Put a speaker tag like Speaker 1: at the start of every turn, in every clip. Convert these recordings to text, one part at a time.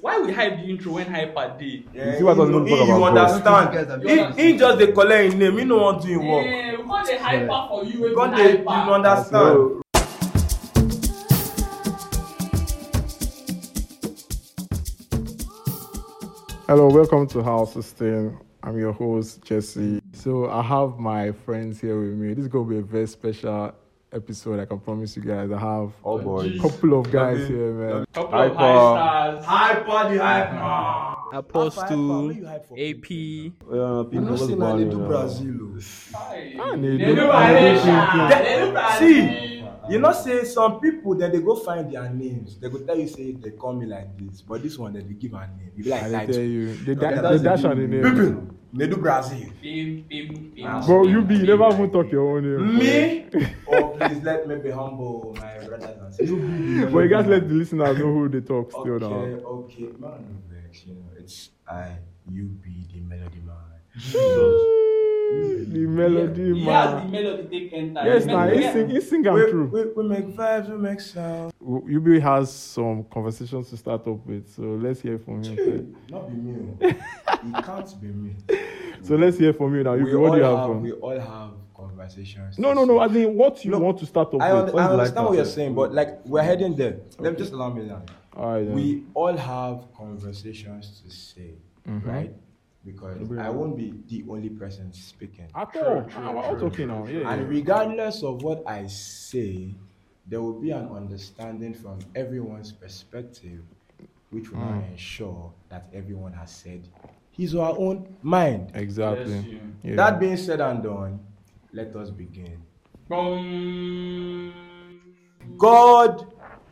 Speaker 1: why we hype the intro when hyper dey.
Speaker 2: Yeah,
Speaker 3: see what I was gonna
Speaker 2: he-
Speaker 3: talk
Speaker 2: he-
Speaker 3: about first.
Speaker 2: You understand? He, he just dey collect him name. He no wan do him work.
Speaker 1: Eh, we come dey hyper for you wey
Speaker 2: You
Speaker 1: be
Speaker 2: Come dey, you
Speaker 1: hyper.
Speaker 2: understand?
Speaker 3: Hello, welcome to House System. I'm your host, Jesse. So, I have my friends here with me. This is going to be a very special episode. I can promise you guys. I have
Speaker 4: Oh boy.
Speaker 3: a couple of guys
Speaker 2: Lovely.
Speaker 3: here, man.
Speaker 1: couple of
Speaker 4: Hyper.
Speaker 1: high stars.
Speaker 2: Hyper the hyper.
Speaker 5: Apostle, AP,
Speaker 4: Uh, people was born in, uh,
Speaker 1: Hi.
Speaker 2: oh.
Speaker 3: Ah,
Speaker 1: They
Speaker 3: they
Speaker 1: do
Speaker 3: do-
Speaker 1: Malaysia.
Speaker 2: They-
Speaker 1: They do
Speaker 2: see,
Speaker 1: Brazil.
Speaker 2: You know, say some people then they go find their names. They go tell you say they call me like this, but this one then they give her name. You be like
Speaker 3: I tell
Speaker 2: like
Speaker 3: you, they,
Speaker 2: Okay, that's
Speaker 3: da- they
Speaker 2: the
Speaker 3: dash on the name.
Speaker 2: people. They do Brazil.
Speaker 1: Bim, bim, bim.
Speaker 3: But you be, you never even talk your own name.
Speaker 2: Me? oh please let me be humble, my brothers and sisters.
Speaker 3: But you guys let the listeners know who they talk still
Speaker 2: okay,
Speaker 3: now.
Speaker 2: okay, man, no vex, you know, it's I, you be the melody man.
Speaker 3: The melody,
Speaker 1: He has the
Speaker 3: man.
Speaker 1: melody take enter.
Speaker 3: Yes,
Speaker 1: The
Speaker 3: now,
Speaker 1: melody-
Speaker 3: he sing, he sing
Speaker 2: we,
Speaker 3: and true.
Speaker 2: we, we make vibes, we make sound.
Speaker 3: Yubi has some conversations to start up with, so let's hear from him. first.
Speaker 2: Not be me. oh. it can't be me.
Speaker 3: So let's hear from you now.
Speaker 2: we
Speaker 3: Yubi,
Speaker 2: all
Speaker 3: what do you have?
Speaker 2: have,
Speaker 3: for-
Speaker 2: we all have conversations.
Speaker 3: No,
Speaker 2: to
Speaker 3: no,
Speaker 2: say.
Speaker 3: no. I mean, what you
Speaker 2: Look,
Speaker 3: want to start off
Speaker 2: I,
Speaker 3: with.
Speaker 2: un-
Speaker 3: what
Speaker 2: I
Speaker 3: you like
Speaker 2: understand
Speaker 3: to
Speaker 2: what you're
Speaker 3: say.
Speaker 2: saying, but like we're heading there. Let me just allow me that.
Speaker 3: Alright, then.
Speaker 2: We all have conversations to say,
Speaker 3: Mhm.
Speaker 2: right? Because
Speaker 3: Agree.
Speaker 2: I won't be the only person speaking.
Speaker 3: At all. Ah, we're all talking now. Yeah.
Speaker 2: And regardless of what I say, there will be an understanding from everyone's perspective, which will
Speaker 3: Mm.
Speaker 2: now ensure that everyone has said his or her own mind.
Speaker 1: Bless
Speaker 3: Exactly.
Speaker 1: you.
Speaker 3: Yeah.
Speaker 2: That being said and done, let us begin.
Speaker 1: Bum.
Speaker 2: God,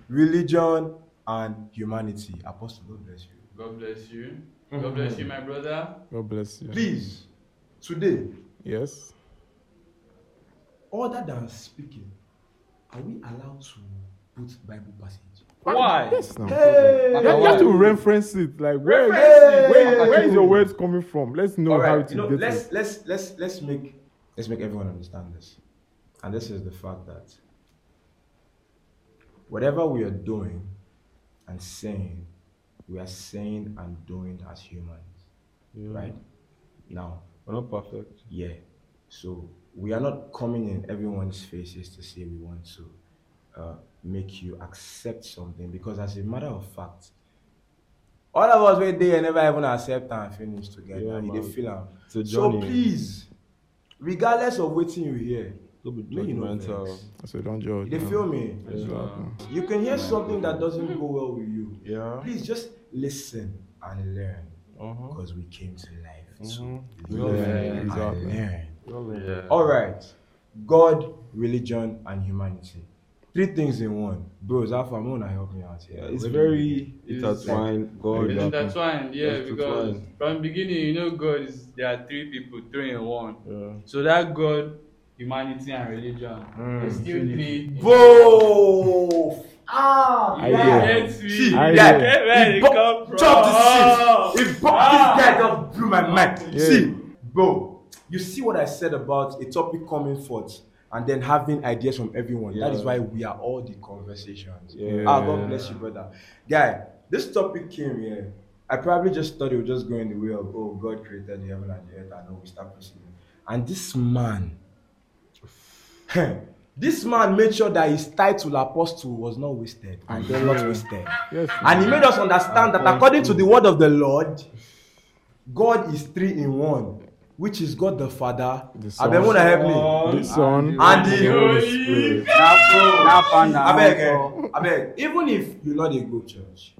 Speaker 2: religion, and humanity. Apostle, God bless you.
Speaker 1: God bless you. God bless you, my brother.
Speaker 3: God bless you.
Speaker 2: Please, today,
Speaker 3: Yes.
Speaker 2: other than speaking, are we allowed to put Bible passage?
Speaker 1: Why?
Speaker 3: Yes. Now.
Speaker 2: Hey!
Speaker 3: You have you have to reference it. Like where?
Speaker 2: Reference it!
Speaker 3: Where, where is your words coming from? Let's know
Speaker 2: All
Speaker 3: how
Speaker 2: right,
Speaker 3: it
Speaker 2: you know,
Speaker 3: is
Speaker 2: let's
Speaker 3: dated.
Speaker 2: let's let's let's make let's make everyone understand this, and this is the fact that whatever we are doing and saying, we are saying and doing as humans, right? Now,
Speaker 4: We're not perfect.
Speaker 2: yeah, so we are not coming in everyone's faces to say we want to uh, make you accept something because, as a matter of fact. All of us were there never even accept and finish
Speaker 4: Yeah,
Speaker 2: together. you dey
Speaker 4: man.
Speaker 2: feel am.
Speaker 4: It's a
Speaker 2: So
Speaker 4: journey.
Speaker 2: please, regardless of wetin you hear,
Speaker 4: Don't be
Speaker 2: Make you no
Speaker 4: judgmental.
Speaker 2: vex.
Speaker 3: So don't judge.
Speaker 2: you dey
Speaker 3: man.
Speaker 2: feel me?
Speaker 3: Exactly.
Speaker 2: You can hear something that doesn't go well with you.
Speaker 4: Yeah.
Speaker 2: Please just listen and learn
Speaker 4: Uh-huh.
Speaker 2: because we came to life to
Speaker 4: Mhm.
Speaker 2: learn
Speaker 1: Yeah,
Speaker 2: and
Speaker 3: exactly.
Speaker 2: learn.
Speaker 1: Yeah.
Speaker 2: All right, God, religion, and humanity. Three things in one. Bros, Alpha, I'm gonna help me out here.
Speaker 4: Yeah, it's
Speaker 2: What do you
Speaker 4: very
Speaker 2: mean?
Speaker 4: intertwined. God.
Speaker 1: It's
Speaker 4: happen.
Speaker 1: intertwined, yeah,
Speaker 4: That's
Speaker 1: because
Speaker 4: intertwined.
Speaker 1: from beginning, you know, God is there are three people, three in one.
Speaker 4: Yeah.
Speaker 1: So that God, humanity, and religion is still three.
Speaker 2: Whoa! Ah!
Speaker 1: You
Speaker 3: I
Speaker 2: yeah.
Speaker 3: hear.
Speaker 1: get me?
Speaker 3: I
Speaker 1: You
Speaker 3: hear.
Speaker 1: get where
Speaker 2: He
Speaker 1: it
Speaker 2: bu-
Speaker 1: come from?
Speaker 2: Chop this shit. He popped
Speaker 1: Ah.
Speaker 2: this guy just blew my mind.
Speaker 3: Yeah.
Speaker 2: See, bro, you see what I said about a topic coming forth and then having ideas from everyone. That is
Speaker 4: Yeah.
Speaker 2: why we are all the conversations.
Speaker 4: Yeah.
Speaker 2: Ah, God bless you, brother. Guy, this topic came here. I probably just thought it would just go in the way of oh God created the heaven and the earth and oh we start proceeding. And this man, this man made sure that his title apostle was not wasted and then not wasted.
Speaker 3: Yes.
Speaker 2: And he made us understand that according to the word of the Lord, God is three in one, which is God the Father.
Speaker 3: The Son.
Speaker 2: Abeg, wanna help me?
Speaker 1: Son.
Speaker 3: This one.
Speaker 2: And
Speaker 1: Holy
Speaker 2: the Abeg, eh, abeg. Even if you no dey go church,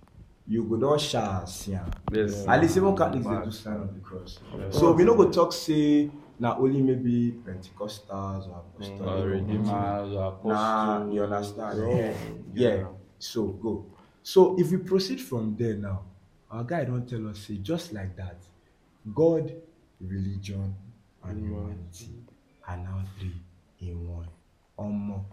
Speaker 2: you go don sha see am.
Speaker 1: Yes.
Speaker 2: At least even Catholics dey do sign of the cross. So we no go talk say na only maybe Pentecostals or
Speaker 1: Or
Speaker 2: apostolic.
Speaker 1: redeemers or apostles.
Speaker 2: Nah, you understand? Yeah. yeah. So go. So if we proceed from there now, our guy don't tell us say just like that, God, religion, and humanity are now three in one. Um,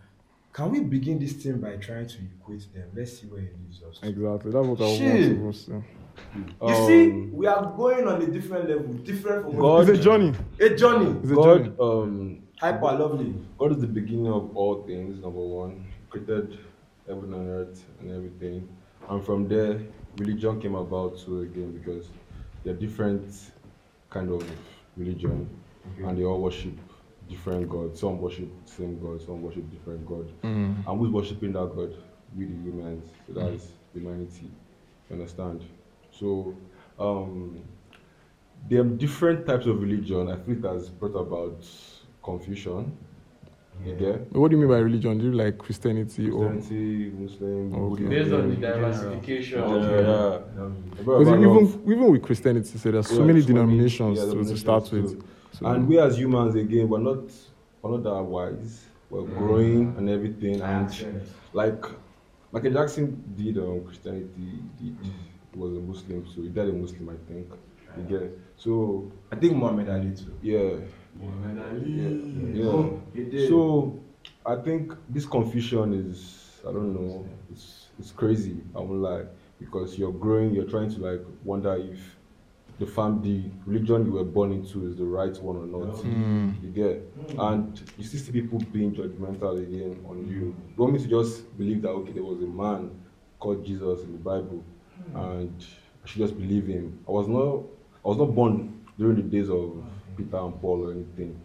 Speaker 2: can we begin this thing by trying to equate them? Let's see where it leads us. To.
Speaker 3: Exactly. That's what I
Speaker 2: Shit.
Speaker 3: want to say.
Speaker 2: You see, we are going on a different level, different from what-
Speaker 4: Um, God-
Speaker 3: It's a journey.
Speaker 2: a journey.
Speaker 3: It's a journey.
Speaker 4: God, um,
Speaker 2: Hyper lovely.
Speaker 4: God is the beginning of all things. Number one, created heaven and earth and everything, and from there, religion came about too again because there are different kind of religion and they all worship different gods. Some worship same god, some worship different god. And who's worshiping that god? We the humans. So that's humanity. You understand? So um there are different types of religion. I feel it has brought about confusion. You get?
Speaker 3: What do you mean by religion? Do you like Christianity or?
Speaker 4: Christianity, Muslim,
Speaker 3: Okay.
Speaker 4: Buddhism.
Speaker 1: Based on the
Speaker 4: Yeah,
Speaker 1: diversification.
Speaker 4: yeah. I've heard
Speaker 3: Because
Speaker 4: about a lot of-
Speaker 3: even even with Christianity, so there's so
Speaker 4: Yeah,
Speaker 3: many
Speaker 4: so many-
Speaker 3: denominations
Speaker 4: yeah,
Speaker 3: to, to
Speaker 4: denominations
Speaker 3: start
Speaker 4: too.
Speaker 3: with. So-
Speaker 4: And we as humans again, we're not we're not that wise. We're growing and everything, and like Michael Jackson did on Christianity, did he was a Muslim, so he died a Muslim, I think. You get it? So
Speaker 2: I think Muhammad Ali too.
Speaker 4: yeah, yeah.
Speaker 2: he did.
Speaker 4: So I think this confusion is I don't know, it's it's crazy. I won't lie because you're growing, you're trying to like wonder if the family religion you were born into is the right one or not.
Speaker 1: Hmm.
Speaker 4: You get, and you still see people being judgmental again on you. You want me to just believe that okay, there was a man called Jesus in the Bible, and I should just believe him. I was not, I was not born during the days of Peter and Paul or anything.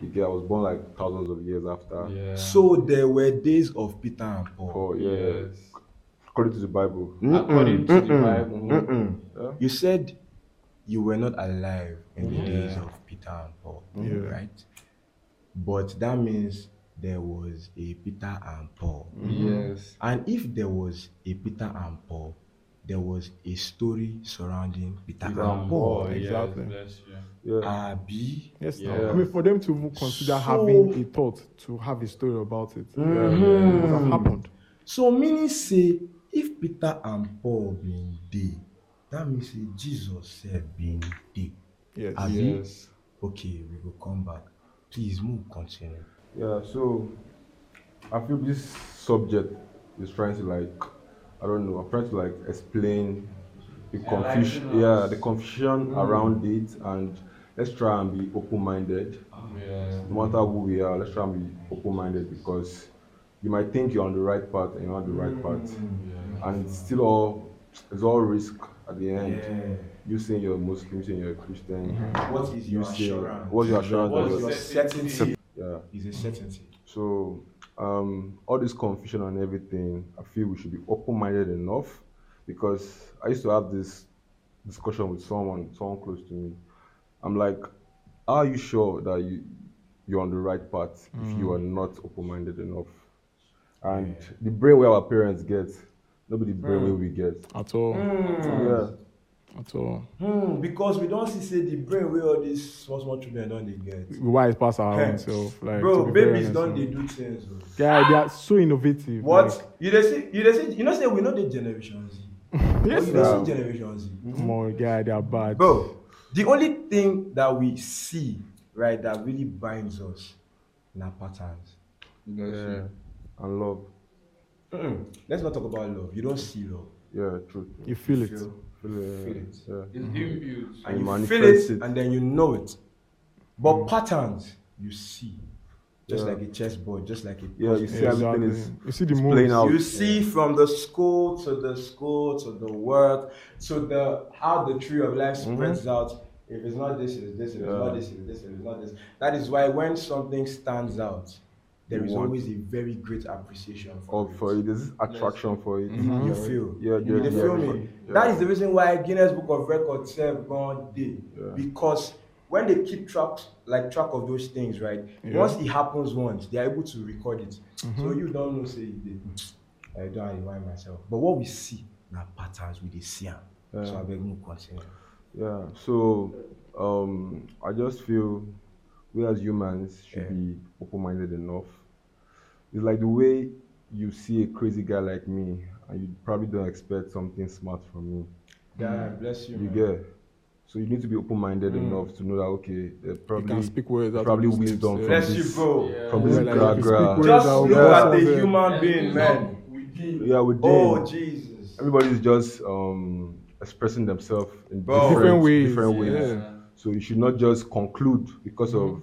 Speaker 4: You get, I was born like thousands of years after.
Speaker 1: Mm-hmm. Yeah.
Speaker 2: So there were days of Peter and Paul.
Speaker 4: Paul, yeah,
Speaker 1: Yes.
Speaker 4: according to the Bible.
Speaker 1: According to the Bible.
Speaker 4: Mhm. Yeah.
Speaker 2: You said you were not alive in the
Speaker 4: Yeah.
Speaker 2: days of Peter and Paul,
Speaker 3: Yeah.
Speaker 2: right? But that means there was a Peter and Paul.
Speaker 1: Yes.
Speaker 2: And if there was a Peter and Paul, there was a story surrounding Peter,
Speaker 4: Peter
Speaker 2: and
Speaker 4: and
Speaker 2: Paul.
Speaker 1: Boy, yes,
Speaker 3: exactly.
Speaker 1: bless you.
Speaker 4: Yeah.
Speaker 2: Abi,
Speaker 3: Yes, now.
Speaker 4: Oh, Yeah.
Speaker 3: I mean, for them to even consider
Speaker 2: So-
Speaker 3: having a thought, to have a story about it, it would have happened.
Speaker 2: So meaning say if Peter and Paul been there, that means say Jesus said been there.
Speaker 3: Yes.
Speaker 2: Abi,
Speaker 1: Yes.
Speaker 2: okay, we will come back. Please move continue.
Speaker 4: Yeah, so I feel this subject is trying to like, I don't know, I'm trying to like explain the confusion,
Speaker 1: Enlighten
Speaker 4: yeah,
Speaker 1: us.
Speaker 4: the confusion
Speaker 2: Mm.
Speaker 4: around it, and let's try and be open-minded.
Speaker 1: Yeah.
Speaker 4: No matter who we are, let's try and be open-minded because you might think you're on the right path and you're not the
Speaker 2: Mm.
Speaker 4: right path, and it's still all it's all risk at the end. You saying you're Muslim, you saying you're a Christian,
Speaker 2: Mm-hmm. What is
Speaker 4: you
Speaker 2: your
Speaker 4: say
Speaker 2: assurance?
Speaker 4: what's your assurance?
Speaker 1: What's
Speaker 4: about-
Speaker 1: your
Speaker 2: certainty?
Speaker 4: yeah.
Speaker 2: Is a certainty.
Speaker 4: So, um, all this confusion and everything, I feel we should be open-minded enough because I used to have this discussion with someone, someone close to me. I'm like, are you sure that you you're on the right path if
Speaker 2: Mm.
Speaker 4: you are not open-minded enough? And the brain where our parents get, nobody
Speaker 2: Mm.
Speaker 4: brain where we get.
Speaker 3: At all.
Speaker 4: Mm. Yeah.
Speaker 3: At all.
Speaker 2: Hmm, because we don't see say the brain where all these small small children don't they get.
Speaker 3: We wise past our
Speaker 2: Hey.
Speaker 3: own self. Like,
Speaker 2: Bro,
Speaker 3: to be very
Speaker 2: babies
Speaker 3: honest,
Speaker 2: don't
Speaker 3: you
Speaker 2: they
Speaker 3: know.
Speaker 2: do things. bro.
Speaker 3: Yeah, they are so innovative.
Speaker 2: What?
Speaker 3: like,
Speaker 2: you they see you they see you know say we know the generation Z.
Speaker 3: Yes,
Speaker 2: you
Speaker 4: sir.
Speaker 2: don't see generation Z.
Speaker 3: Come on, guy, they are bad.
Speaker 2: Bro, the only thing that we see, right, that really binds us na patterns.
Speaker 4: Yeah. And love.
Speaker 2: Let's not talk about love. You don't see love.
Speaker 4: Yeah, true.
Speaker 3: You feel it.
Speaker 2: Feel-
Speaker 4: Feel, uh,
Speaker 2: feel it.
Speaker 4: Yeah.
Speaker 1: It's inbuilt.
Speaker 2: And
Speaker 4: You
Speaker 2: you, feel
Speaker 4: manifest
Speaker 2: it,
Speaker 4: it. Mm.
Speaker 2: and then you know it. But patterns you see. Just
Speaker 4: Yeah.
Speaker 2: like a chessboard, just like a
Speaker 4: Yeah, you
Speaker 2: puzzle.
Speaker 4: see everything
Speaker 3: Exactly.
Speaker 4: is
Speaker 3: You see the
Speaker 4: is
Speaker 3: moves.
Speaker 4: playing out.
Speaker 2: You see from the school to the school to the work to the how the tree of life spreads out. If it's not this, it is this. If it's
Speaker 4: Mm-hmm. Yeah.
Speaker 2: not this, it is this. If it's not this. That is why when something stands out, there
Speaker 4: You
Speaker 2: is
Speaker 4: want-
Speaker 2: always a very great appreciation for
Speaker 4: Or
Speaker 2: it.
Speaker 4: for uh, it, there's this attraction for it.
Speaker 2: You feel.
Speaker 4: Yeah,
Speaker 2: you
Speaker 4: yeah,
Speaker 2: dey
Speaker 4: yeah,
Speaker 2: feel
Speaker 4: yeah.
Speaker 2: me. That is the reason why Guinness Book of Records have gone day
Speaker 4: Yeah.
Speaker 2: because when they keep track like track of those things, right?
Speaker 3: Yeah.
Speaker 2: Once it happens once, they are able to record it. So you don't know say it did. I don't remind myself. But what we see now patterns we dey see am. So I beg no continue.
Speaker 4: Yeah, so um, I just feel we as humans should
Speaker 2: Yeah.
Speaker 4: be open minded enough. It's like the way you see a crazy guy like me, and you probably don't expect something smart from me.
Speaker 2: God bless Mm. you.
Speaker 4: You
Speaker 2: man.
Speaker 4: get? So you need to be open minded enough to know that, okay, uh,
Speaker 3: Mm. You
Speaker 4: probably,
Speaker 3: can speak words. out of
Speaker 4: probably
Speaker 3: these
Speaker 4: wisdom
Speaker 3: lips,
Speaker 4: from
Speaker 3: yeah.
Speaker 2: Bless you,
Speaker 4: this-
Speaker 2: bro.
Speaker 1: Yeah.
Speaker 4: from
Speaker 1: Yeah,
Speaker 4: this
Speaker 3: like you
Speaker 4: gra
Speaker 3: speak
Speaker 4: gra.
Speaker 3: words.
Speaker 2: Just
Speaker 3: Yeah.
Speaker 2: look
Speaker 3: Yeah.
Speaker 2: at the
Speaker 3: Yeah.
Speaker 2: human
Speaker 1: Everything
Speaker 2: being,
Speaker 1: is
Speaker 2: man.
Speaker 1: up within.
Speaker 4: Yeah, we
Speaker 2: Oh
Speaker 4: did.
Speaker 2: Jesus.
Speaker 4: Everybody's just um, expressing themselves in
Speaker 2: Bro.
Speaker 4: different,
Speaker 3: Different ways,
Speaker 4: different ways.
Speaker 3: yeah. Mm-hmm.
Speaker 4: So you should not just conclude because of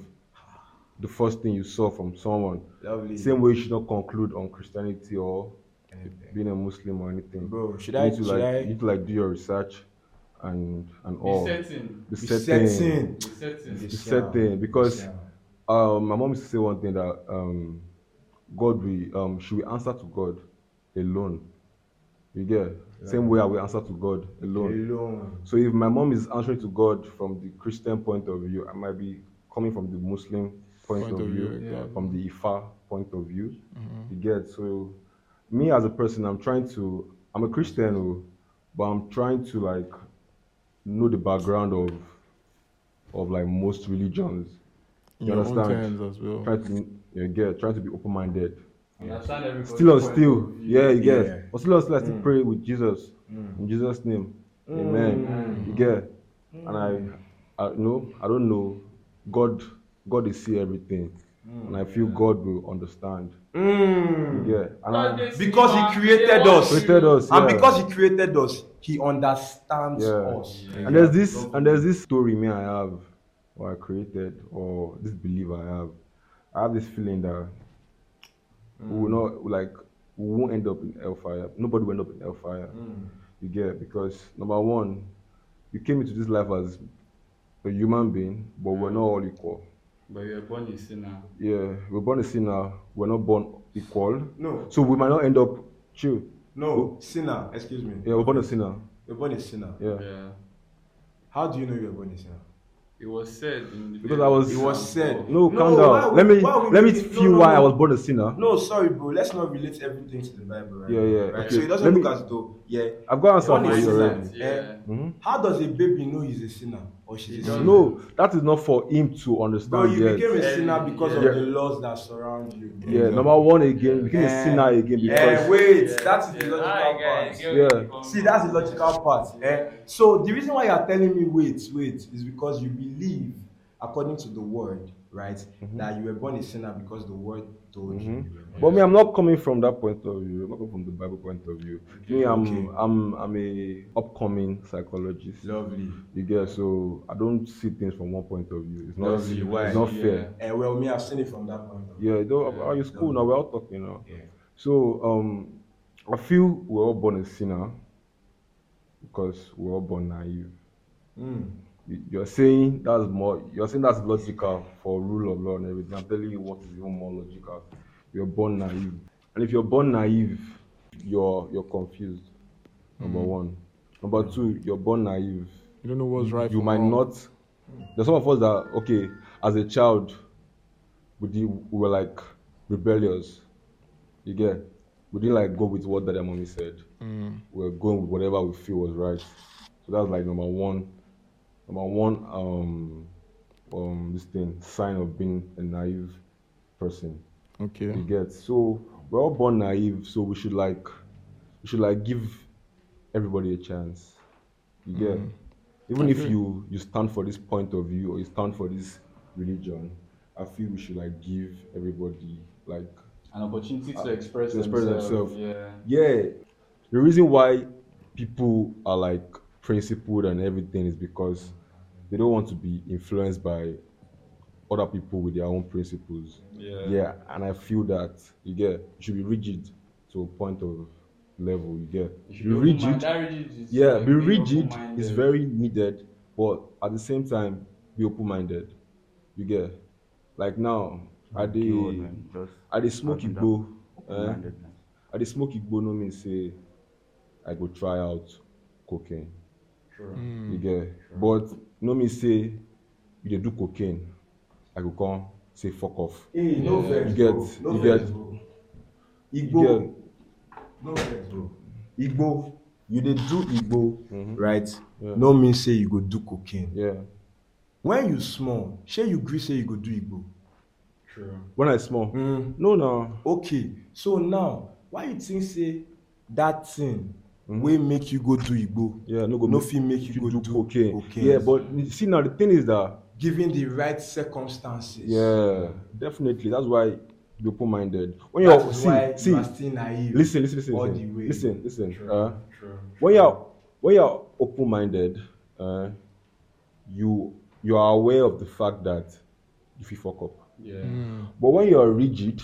Speaker 4: the first thing you saw from someone.
Speaker 2: Lovely.
Speaker 4: Same way you should not conclude on Christianity or eh,
Speaker 2: anything.
Speaker 4: being a Muslim or anything.
Speaker 2: Bro, should
Speaker 4: you
Speaker 2: I?
Speaker 4: need to
Speaker 2: should
Speaker 4: like
Speaker 2: I?
Speaker 4: you need to like do your research and and all
Speaker 1: The setting.
Speaker 4: the
Speaker 2: be
Speaker 4: setting.
Speaker 2: setting.
Speaker 1: The setting.
Speaker 4: The setting, because- Um, my mom used to say one thing that um, God we um should we answer to God alone. You get same way I will answer to God alone.
Speaker 2: alone.
Speaker 4: So if my mom is answering to God from the Christian point of view, I might be coming from the Muslim point,
Speaker 3: Point
Speaker 4: of,
Speaker 3: of view,
Speaker 4: view,
Speaker 3: Mm-hmm.
Speaker 1: yeah.
Speaker 4: from the Ifa point of view. You get so me as a person, I'm trying to. I'm a Christian, oh, but I'm trying to like know the background of of like most religions.
Speaker 3: in
Speaker 4: You
Speaker 3: your own
Speaker 4: understand?
Speaker 3: terms oh. as well.
Speaker 4: Try to you get try to be open minded.
Speaker 1: Understand everybody.
Speaker 4: Still on still, yeah, you get.
Speaker 2: Yeah. Mm.
Speaker 4: But still on still, I still pray with Jesus in Jesus' name, Amen.
Speaker 2: Mm.
Speaker 4: You get, and I, I you know I don't know, God, God is see everything, and I feel God will understand.
Speaker 2: Mm.
Speaker 4: Yeah, and I,
Speaker 2: Because he created us.
Speaker 4: created us,
Speaker 2: And
Speaker 4: yeah.
Speaker 2: because he created us, he understands
Speaker 4: Yeah.
Speaker 2: us.
Speaker 4: and there's this and there's this story me I have, or I created, or this belief I have. I have this feeling that we will not like we won't end up in hellfire. Nobody will end up in hellfire.
Speaker 2: Mm.
Speaker 4: You get because number one, you came into this life as a human being, but we're not all equal.
Speaker 1: But you're born a sinner.
Speaker 4: Yeah, we're born a sinner. We're not born equal,
Speaker 2: No,
Speaker 4: so we might not end up chill.
Speaker 2: no, sinner. Excuse me.
Speaker 4: Yeah, we're born a sinner.
Speaker 2: You're born a sinner.
Speaker 4: Yeah.
Speaker 1: Yeah.
Speaker 2: How do you know you're born a sinner?
Speaker 1: It was said in the
Speaker 4: Because I was-
Speaker 2: It was said.
Speaker 4: No,
Speaker 2: No,
Speaker 4: calm
Speaker 2: why
Speaker 4: down.
Speaker 2: would-
Speaker 4: Let me
Speaker 2: why would
Speaker 4: let
Speaker 2: we
Speaker 4: me
Speaker 2: make-
Speaker 4: feel
Speaker 2: no, no,
Speaker 4: why
Speaker 2: no.
Speaker 4: I was born a sinner.
Speaker 2: No, sorry, bro. Let's not relate everything to the Bible, right?
Speaker 4: Yeah, yeah,
Speaker 2: Right?
Speaker 4: okay.
Speaker 2: So it doesn't
Speaker 4: Let
Speaker 2: look
Speaker 4: me-
Speaker 2: as though, yeah.
Speaker 4: I've got answer
Speaker 2: One
Speaker 4: for
Speaker 2: is
Speaker 4: you
Speaker 2: sinner. Eh?
Speaker 4: already.
Speaker 1: Yeah.
Speaker 4: Mhm.
Speaker 2: How does a baby know he's a sinner or she's a sinner?
Speaker 4: No, that is not for him to
Speaker 2: Bro,
Speaker 4: understand
Speaker 2: you
Speaker 4: yet.
Speaker 2: became a
Speaker 1: Yes.
Speaker 2: sinner because
Speaker 4: Yeah.
Speaker 2: of the laws that surround you.
Speaker 4: yeah, number one again, became
Speaker 2: Eh,
Speaker 4: a sinner again because
Speaker 2: Eh, wait, that is the logical
Speaker 1: Alright,
Speaker 2: part.
Speaker 1: guys, here we
Speaker 4: Yeah.
Speaker 1: come.
Speaker 2: See, that's the logical part. Eh? So the reason why you're telling me wait, wait, is because you believe, according to the word, right,
Speaker 4: Mm-hmm.
Speaker 2: that you were born a sinner because the word told you. you were born.
Speaker 4: But me, I'm not coming from that point of view. I'm not coming from the Bible point of view. me, I'm
Speaker 2: okay.
Speaker 4: I'm I'm a upcoming psychologist.
Speaker 2: Lovely.
Speaker 4: You get so I don't see things from one point of view. It's not
Speaker 2: Lovely, why?
Speaker 4: it's not
Speaker 1: Yeah.
Speaker 4: fair.
Speaker 2: Eh, well, me, I've seen it from that point of view.
Speaker 4: Yeah, you don't, are you school now? We're all talking now.
Speaker 2: Yeah.
Speaker 4: So um, I feel we're all born a sinner because we're all born naive.
Speaker 2: Mm.
Speaker 4: You- You're saying that's more. You're saying that's logical for rule of law and everything. I'm telling you what is even more logical. You're born naive, and if you're born naive, you're you're confused. Number one. Number two, you're born naive.
Speaker 3: You don't know what's right.
Speaker 4: you
Speaker 3: from
Speaker 4: might
Speaker 3: wrong.
Speaker 4: not. There's some of us that okay, as a child, we did, we were like rebellious. You get. We didn't like go with what that their mommy said. We were going with whatever we feel was right. So that's like number one. Number one, um, um, this thing sign of being a naive person.
Speaker 3: Okay.
Speaker 4: You get. So we're all born naive. So we should like, we should like give everybody a chance. You get. Even if you you stand for this point of view or you stand for this religion, I feel we should like give everybody like
Speaker 1: An opportunity to express,
Speaker 4: to express
Speaker 1: themselves.
Speaker 4: themselves.
Speaker 1: Yeah.
Speaker 4: yeah. The reason why people are like principled and everything is because they don't want to be influenced by other people with their own principles.
Speaker 1: Yeah.
Speaker 4: yeah and i feel that you get you should be rigid to a point of level you get
Speaker 1: You should
Speaker 4: be
Speaker 1: open-minded.
Speaker 4: rigid
Speaker 1: That rigid is
Speaker 4: yeah
Speaker 1: like
Speaker 4: be
Speaker 1: being
Speaker 4: rigid is
Speaker 1: open-minded.
Speaker 4: very needed but at the same time be open-minded you get like now i dey i dey smoke igbo eh i dey smoke igbo no mean say i go try out cocaine
Speaker 1: Sure.
Speaker 4: you get but no mean say you dey do cocaine i go come say fuck off
Speaker 2: Hey, Eh, no
Speaker 1: Yeah.
Speaker 2: vex,
Speaker 4: You get-
Speaker 2: bro. No
Speaker 4: you
Speaker 2: vex,
Speaker 4: get-
Speaker 2: bro.
Speaker 4: you
Speaker 2: Igbo.
Speaker 4: get
Speaker 2: No vex, bro. Igbo. You dey do Igbo,
Speaker 4: Mhm.
Speaker 2: right?
Speaker 4: Yeah.
Speaker 2: No mean say you go do cocaine.
Speaker 4: yeah.
Speaker 2: When you small, shey you gree say you go do Igbo.
Speaker 1: True.
Speaker 4: when I small.
Speaker 2: Hmm.
Speaker 4: No, no.
Speaker 2: Mm. Okay, so now why you think say that thing wey make you go do Igbo
Speaker 4: Yeah, no go.
Speaker 2: no
Speaker 4: make
Speaker 2: fit make you,
Speaker 4: you
Speaker 2: go
Speaker 4: do
Speaker 2: do
Speaker 4: cocaine.
Speaker 2: cocaine?
Speaker 4: Yeah, but you see now the thing is that
Speaker 2: given the right circumstances.
Speaker 4: yeah, definitely that's why be open-minded. When
Speaker 2: that
Speaker 4: you're
Speaker 2: is
Speaker 4: see
Speaker 2: why
Speaker 4: see
Speaker 2: you are still naive.
Speaker 4: listen listen listen
Speaker 2: all the way.
Speaker 4: listen listen listen.
Speaker 1: True.
Speaker 4: Uh,
Speaker 1: True.
Speaker 4: when you're when you're open-minded, uh, you you are aware of the fact that if you fit fuck up.
Speaker 3: Mm.
Speaker 1: Yeah.
Speaker 4: But when you're rigid,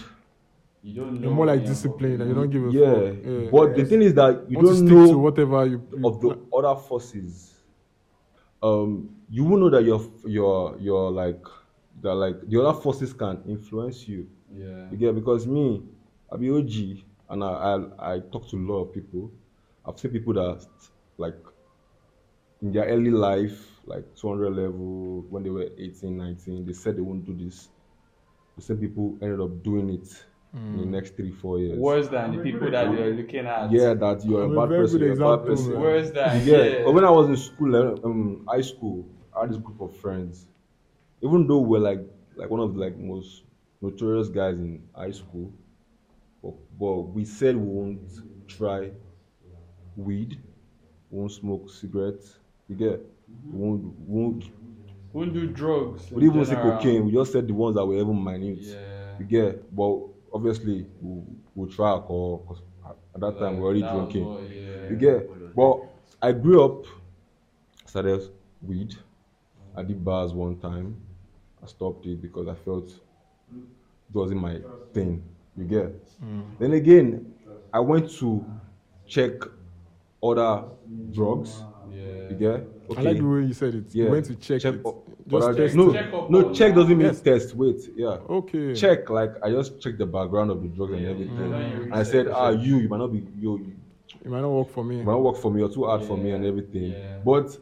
Speaker 1: You don't know.
Speaker 3: You're more like
Speaker 1: me, I'm
Speaker 3: disciplined and you
Speaker 1: fucking-
Speaker 3: don't give a
Speaker 4: yeah.
Speaker 3: fuck. Yeah.
Speaker 4: But the thing is that you
Speaker 3: want to
Speaker 4: don't
Speaker 3: stick to
Speaker 4: know
Speaker 3: whatever you. you
Speaker 4: of the other forces. Um, you will know that your your your like that like the other forces can influence you.
Speaker 1: Yeah.
Speaker 4: You get because me, I be OG and I, I I talk to a lot of people. I've seen people that like in their early life, like 200 level, when they were 18, 19, they said they won't do this. The same people ended up doing it in the next three, four years.
Speaker 1: Worse than the people that you're looking at.
Speaker 4: Yeah, that you're
Speaker 3: I'm a
Speaker 4: a bad
Speaker 3: very
Speaker 4: person.
Speaker 3: good
Speaker 4: You're a bad
Speaker 3: example,
Speaker 4: person.
Speaker 3: man.
Speaker 1: Worse than
Speaker 4: Yeah. But when I was in school, uh, um, high school, I had this group of friends. Even though we're like like one of the like most notorious guys in high school, but, but we said we won't try weed, we won't smoke cigarettes. You get? We won't, we won't.
Speaker 1: Who do drugs?
Speaker 4: We didn't even say
Speaker 1: general?
Speaker 4: cocaine. We just said the ones that were even minute.
Speaker 1: Yeah.
Speaker 4: You get? But obviously, we we'll try alcohol 'cause at- at that time we we're already
Speaker 1: That was
Speaker 4: drinking.
Speaker 1: what- yeah.
Speaker 4: You get, but I grew up, started weed. I did bars one time. I stopped it because I felt it wasn't my thing. You get.
Speaker 3: Mm.
Speaker 4: Then again, I went to check other drugs.
Speaker 1: Yeah.
Speaker 4: You get.
Speaker 3: I like the way you said it. You went to check, it.
Speaker 4: o-
Speaker 3: Just
Speaker 4: other-
Speaker 3: test
Speaker 4: no,
Speaker 3: it.
Speaker 1: Check up
Speaker 4: no,
Speaker 1: on
Speaker 4: check doesn't mean
Speaker 3: Yes.
Speaker 4: test. Wait, yeah.
Speaker 3: Okay.
Speaker 4: Check like I just checked the background of the drugs and
Speaker 1: Yeah,
Speaker 4: everything.
Speaker 1: yeah, yeah.
Speaker 3: Mm.
Speaker 4: And I said, ah, you, you might not be, you,
Speaker 3: It might not work for me.
Speaker 4: might not work for me or too hard for me and
Speaker 1: Yeah,
Speaker 4: everything.
Speaker 1: yeah.
Speaker 4: But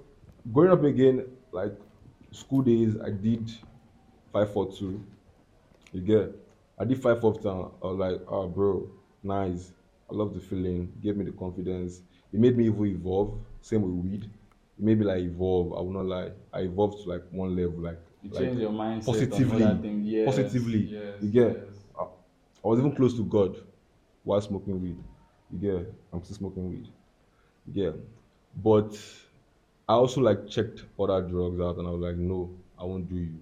Speaker 4: growing up again, like school days, I did five for two. You get? I did five for two. I was like, oh, bro, nice. I love the feeling. Gave me the confidence. It made me even evolve. Same with weed. It made me like evolve. I will not lie. I evolved to like one level, like,
Speaker 1: You
Speaker 4: like
Speaker 1: change your mindset.
Speaker 4: positively,
Speaker 1: On that thing. Yes,
Speaker 4: positively.
Speaker 1: Yes,
Speaker 4: you get.
Speaker 1: yes.
Speaker 4: I, I was even close to God while smoking weed. You get. I'm still smoking weed. You get. But I also like checked other drugs out, and I was like, no, I won't do you.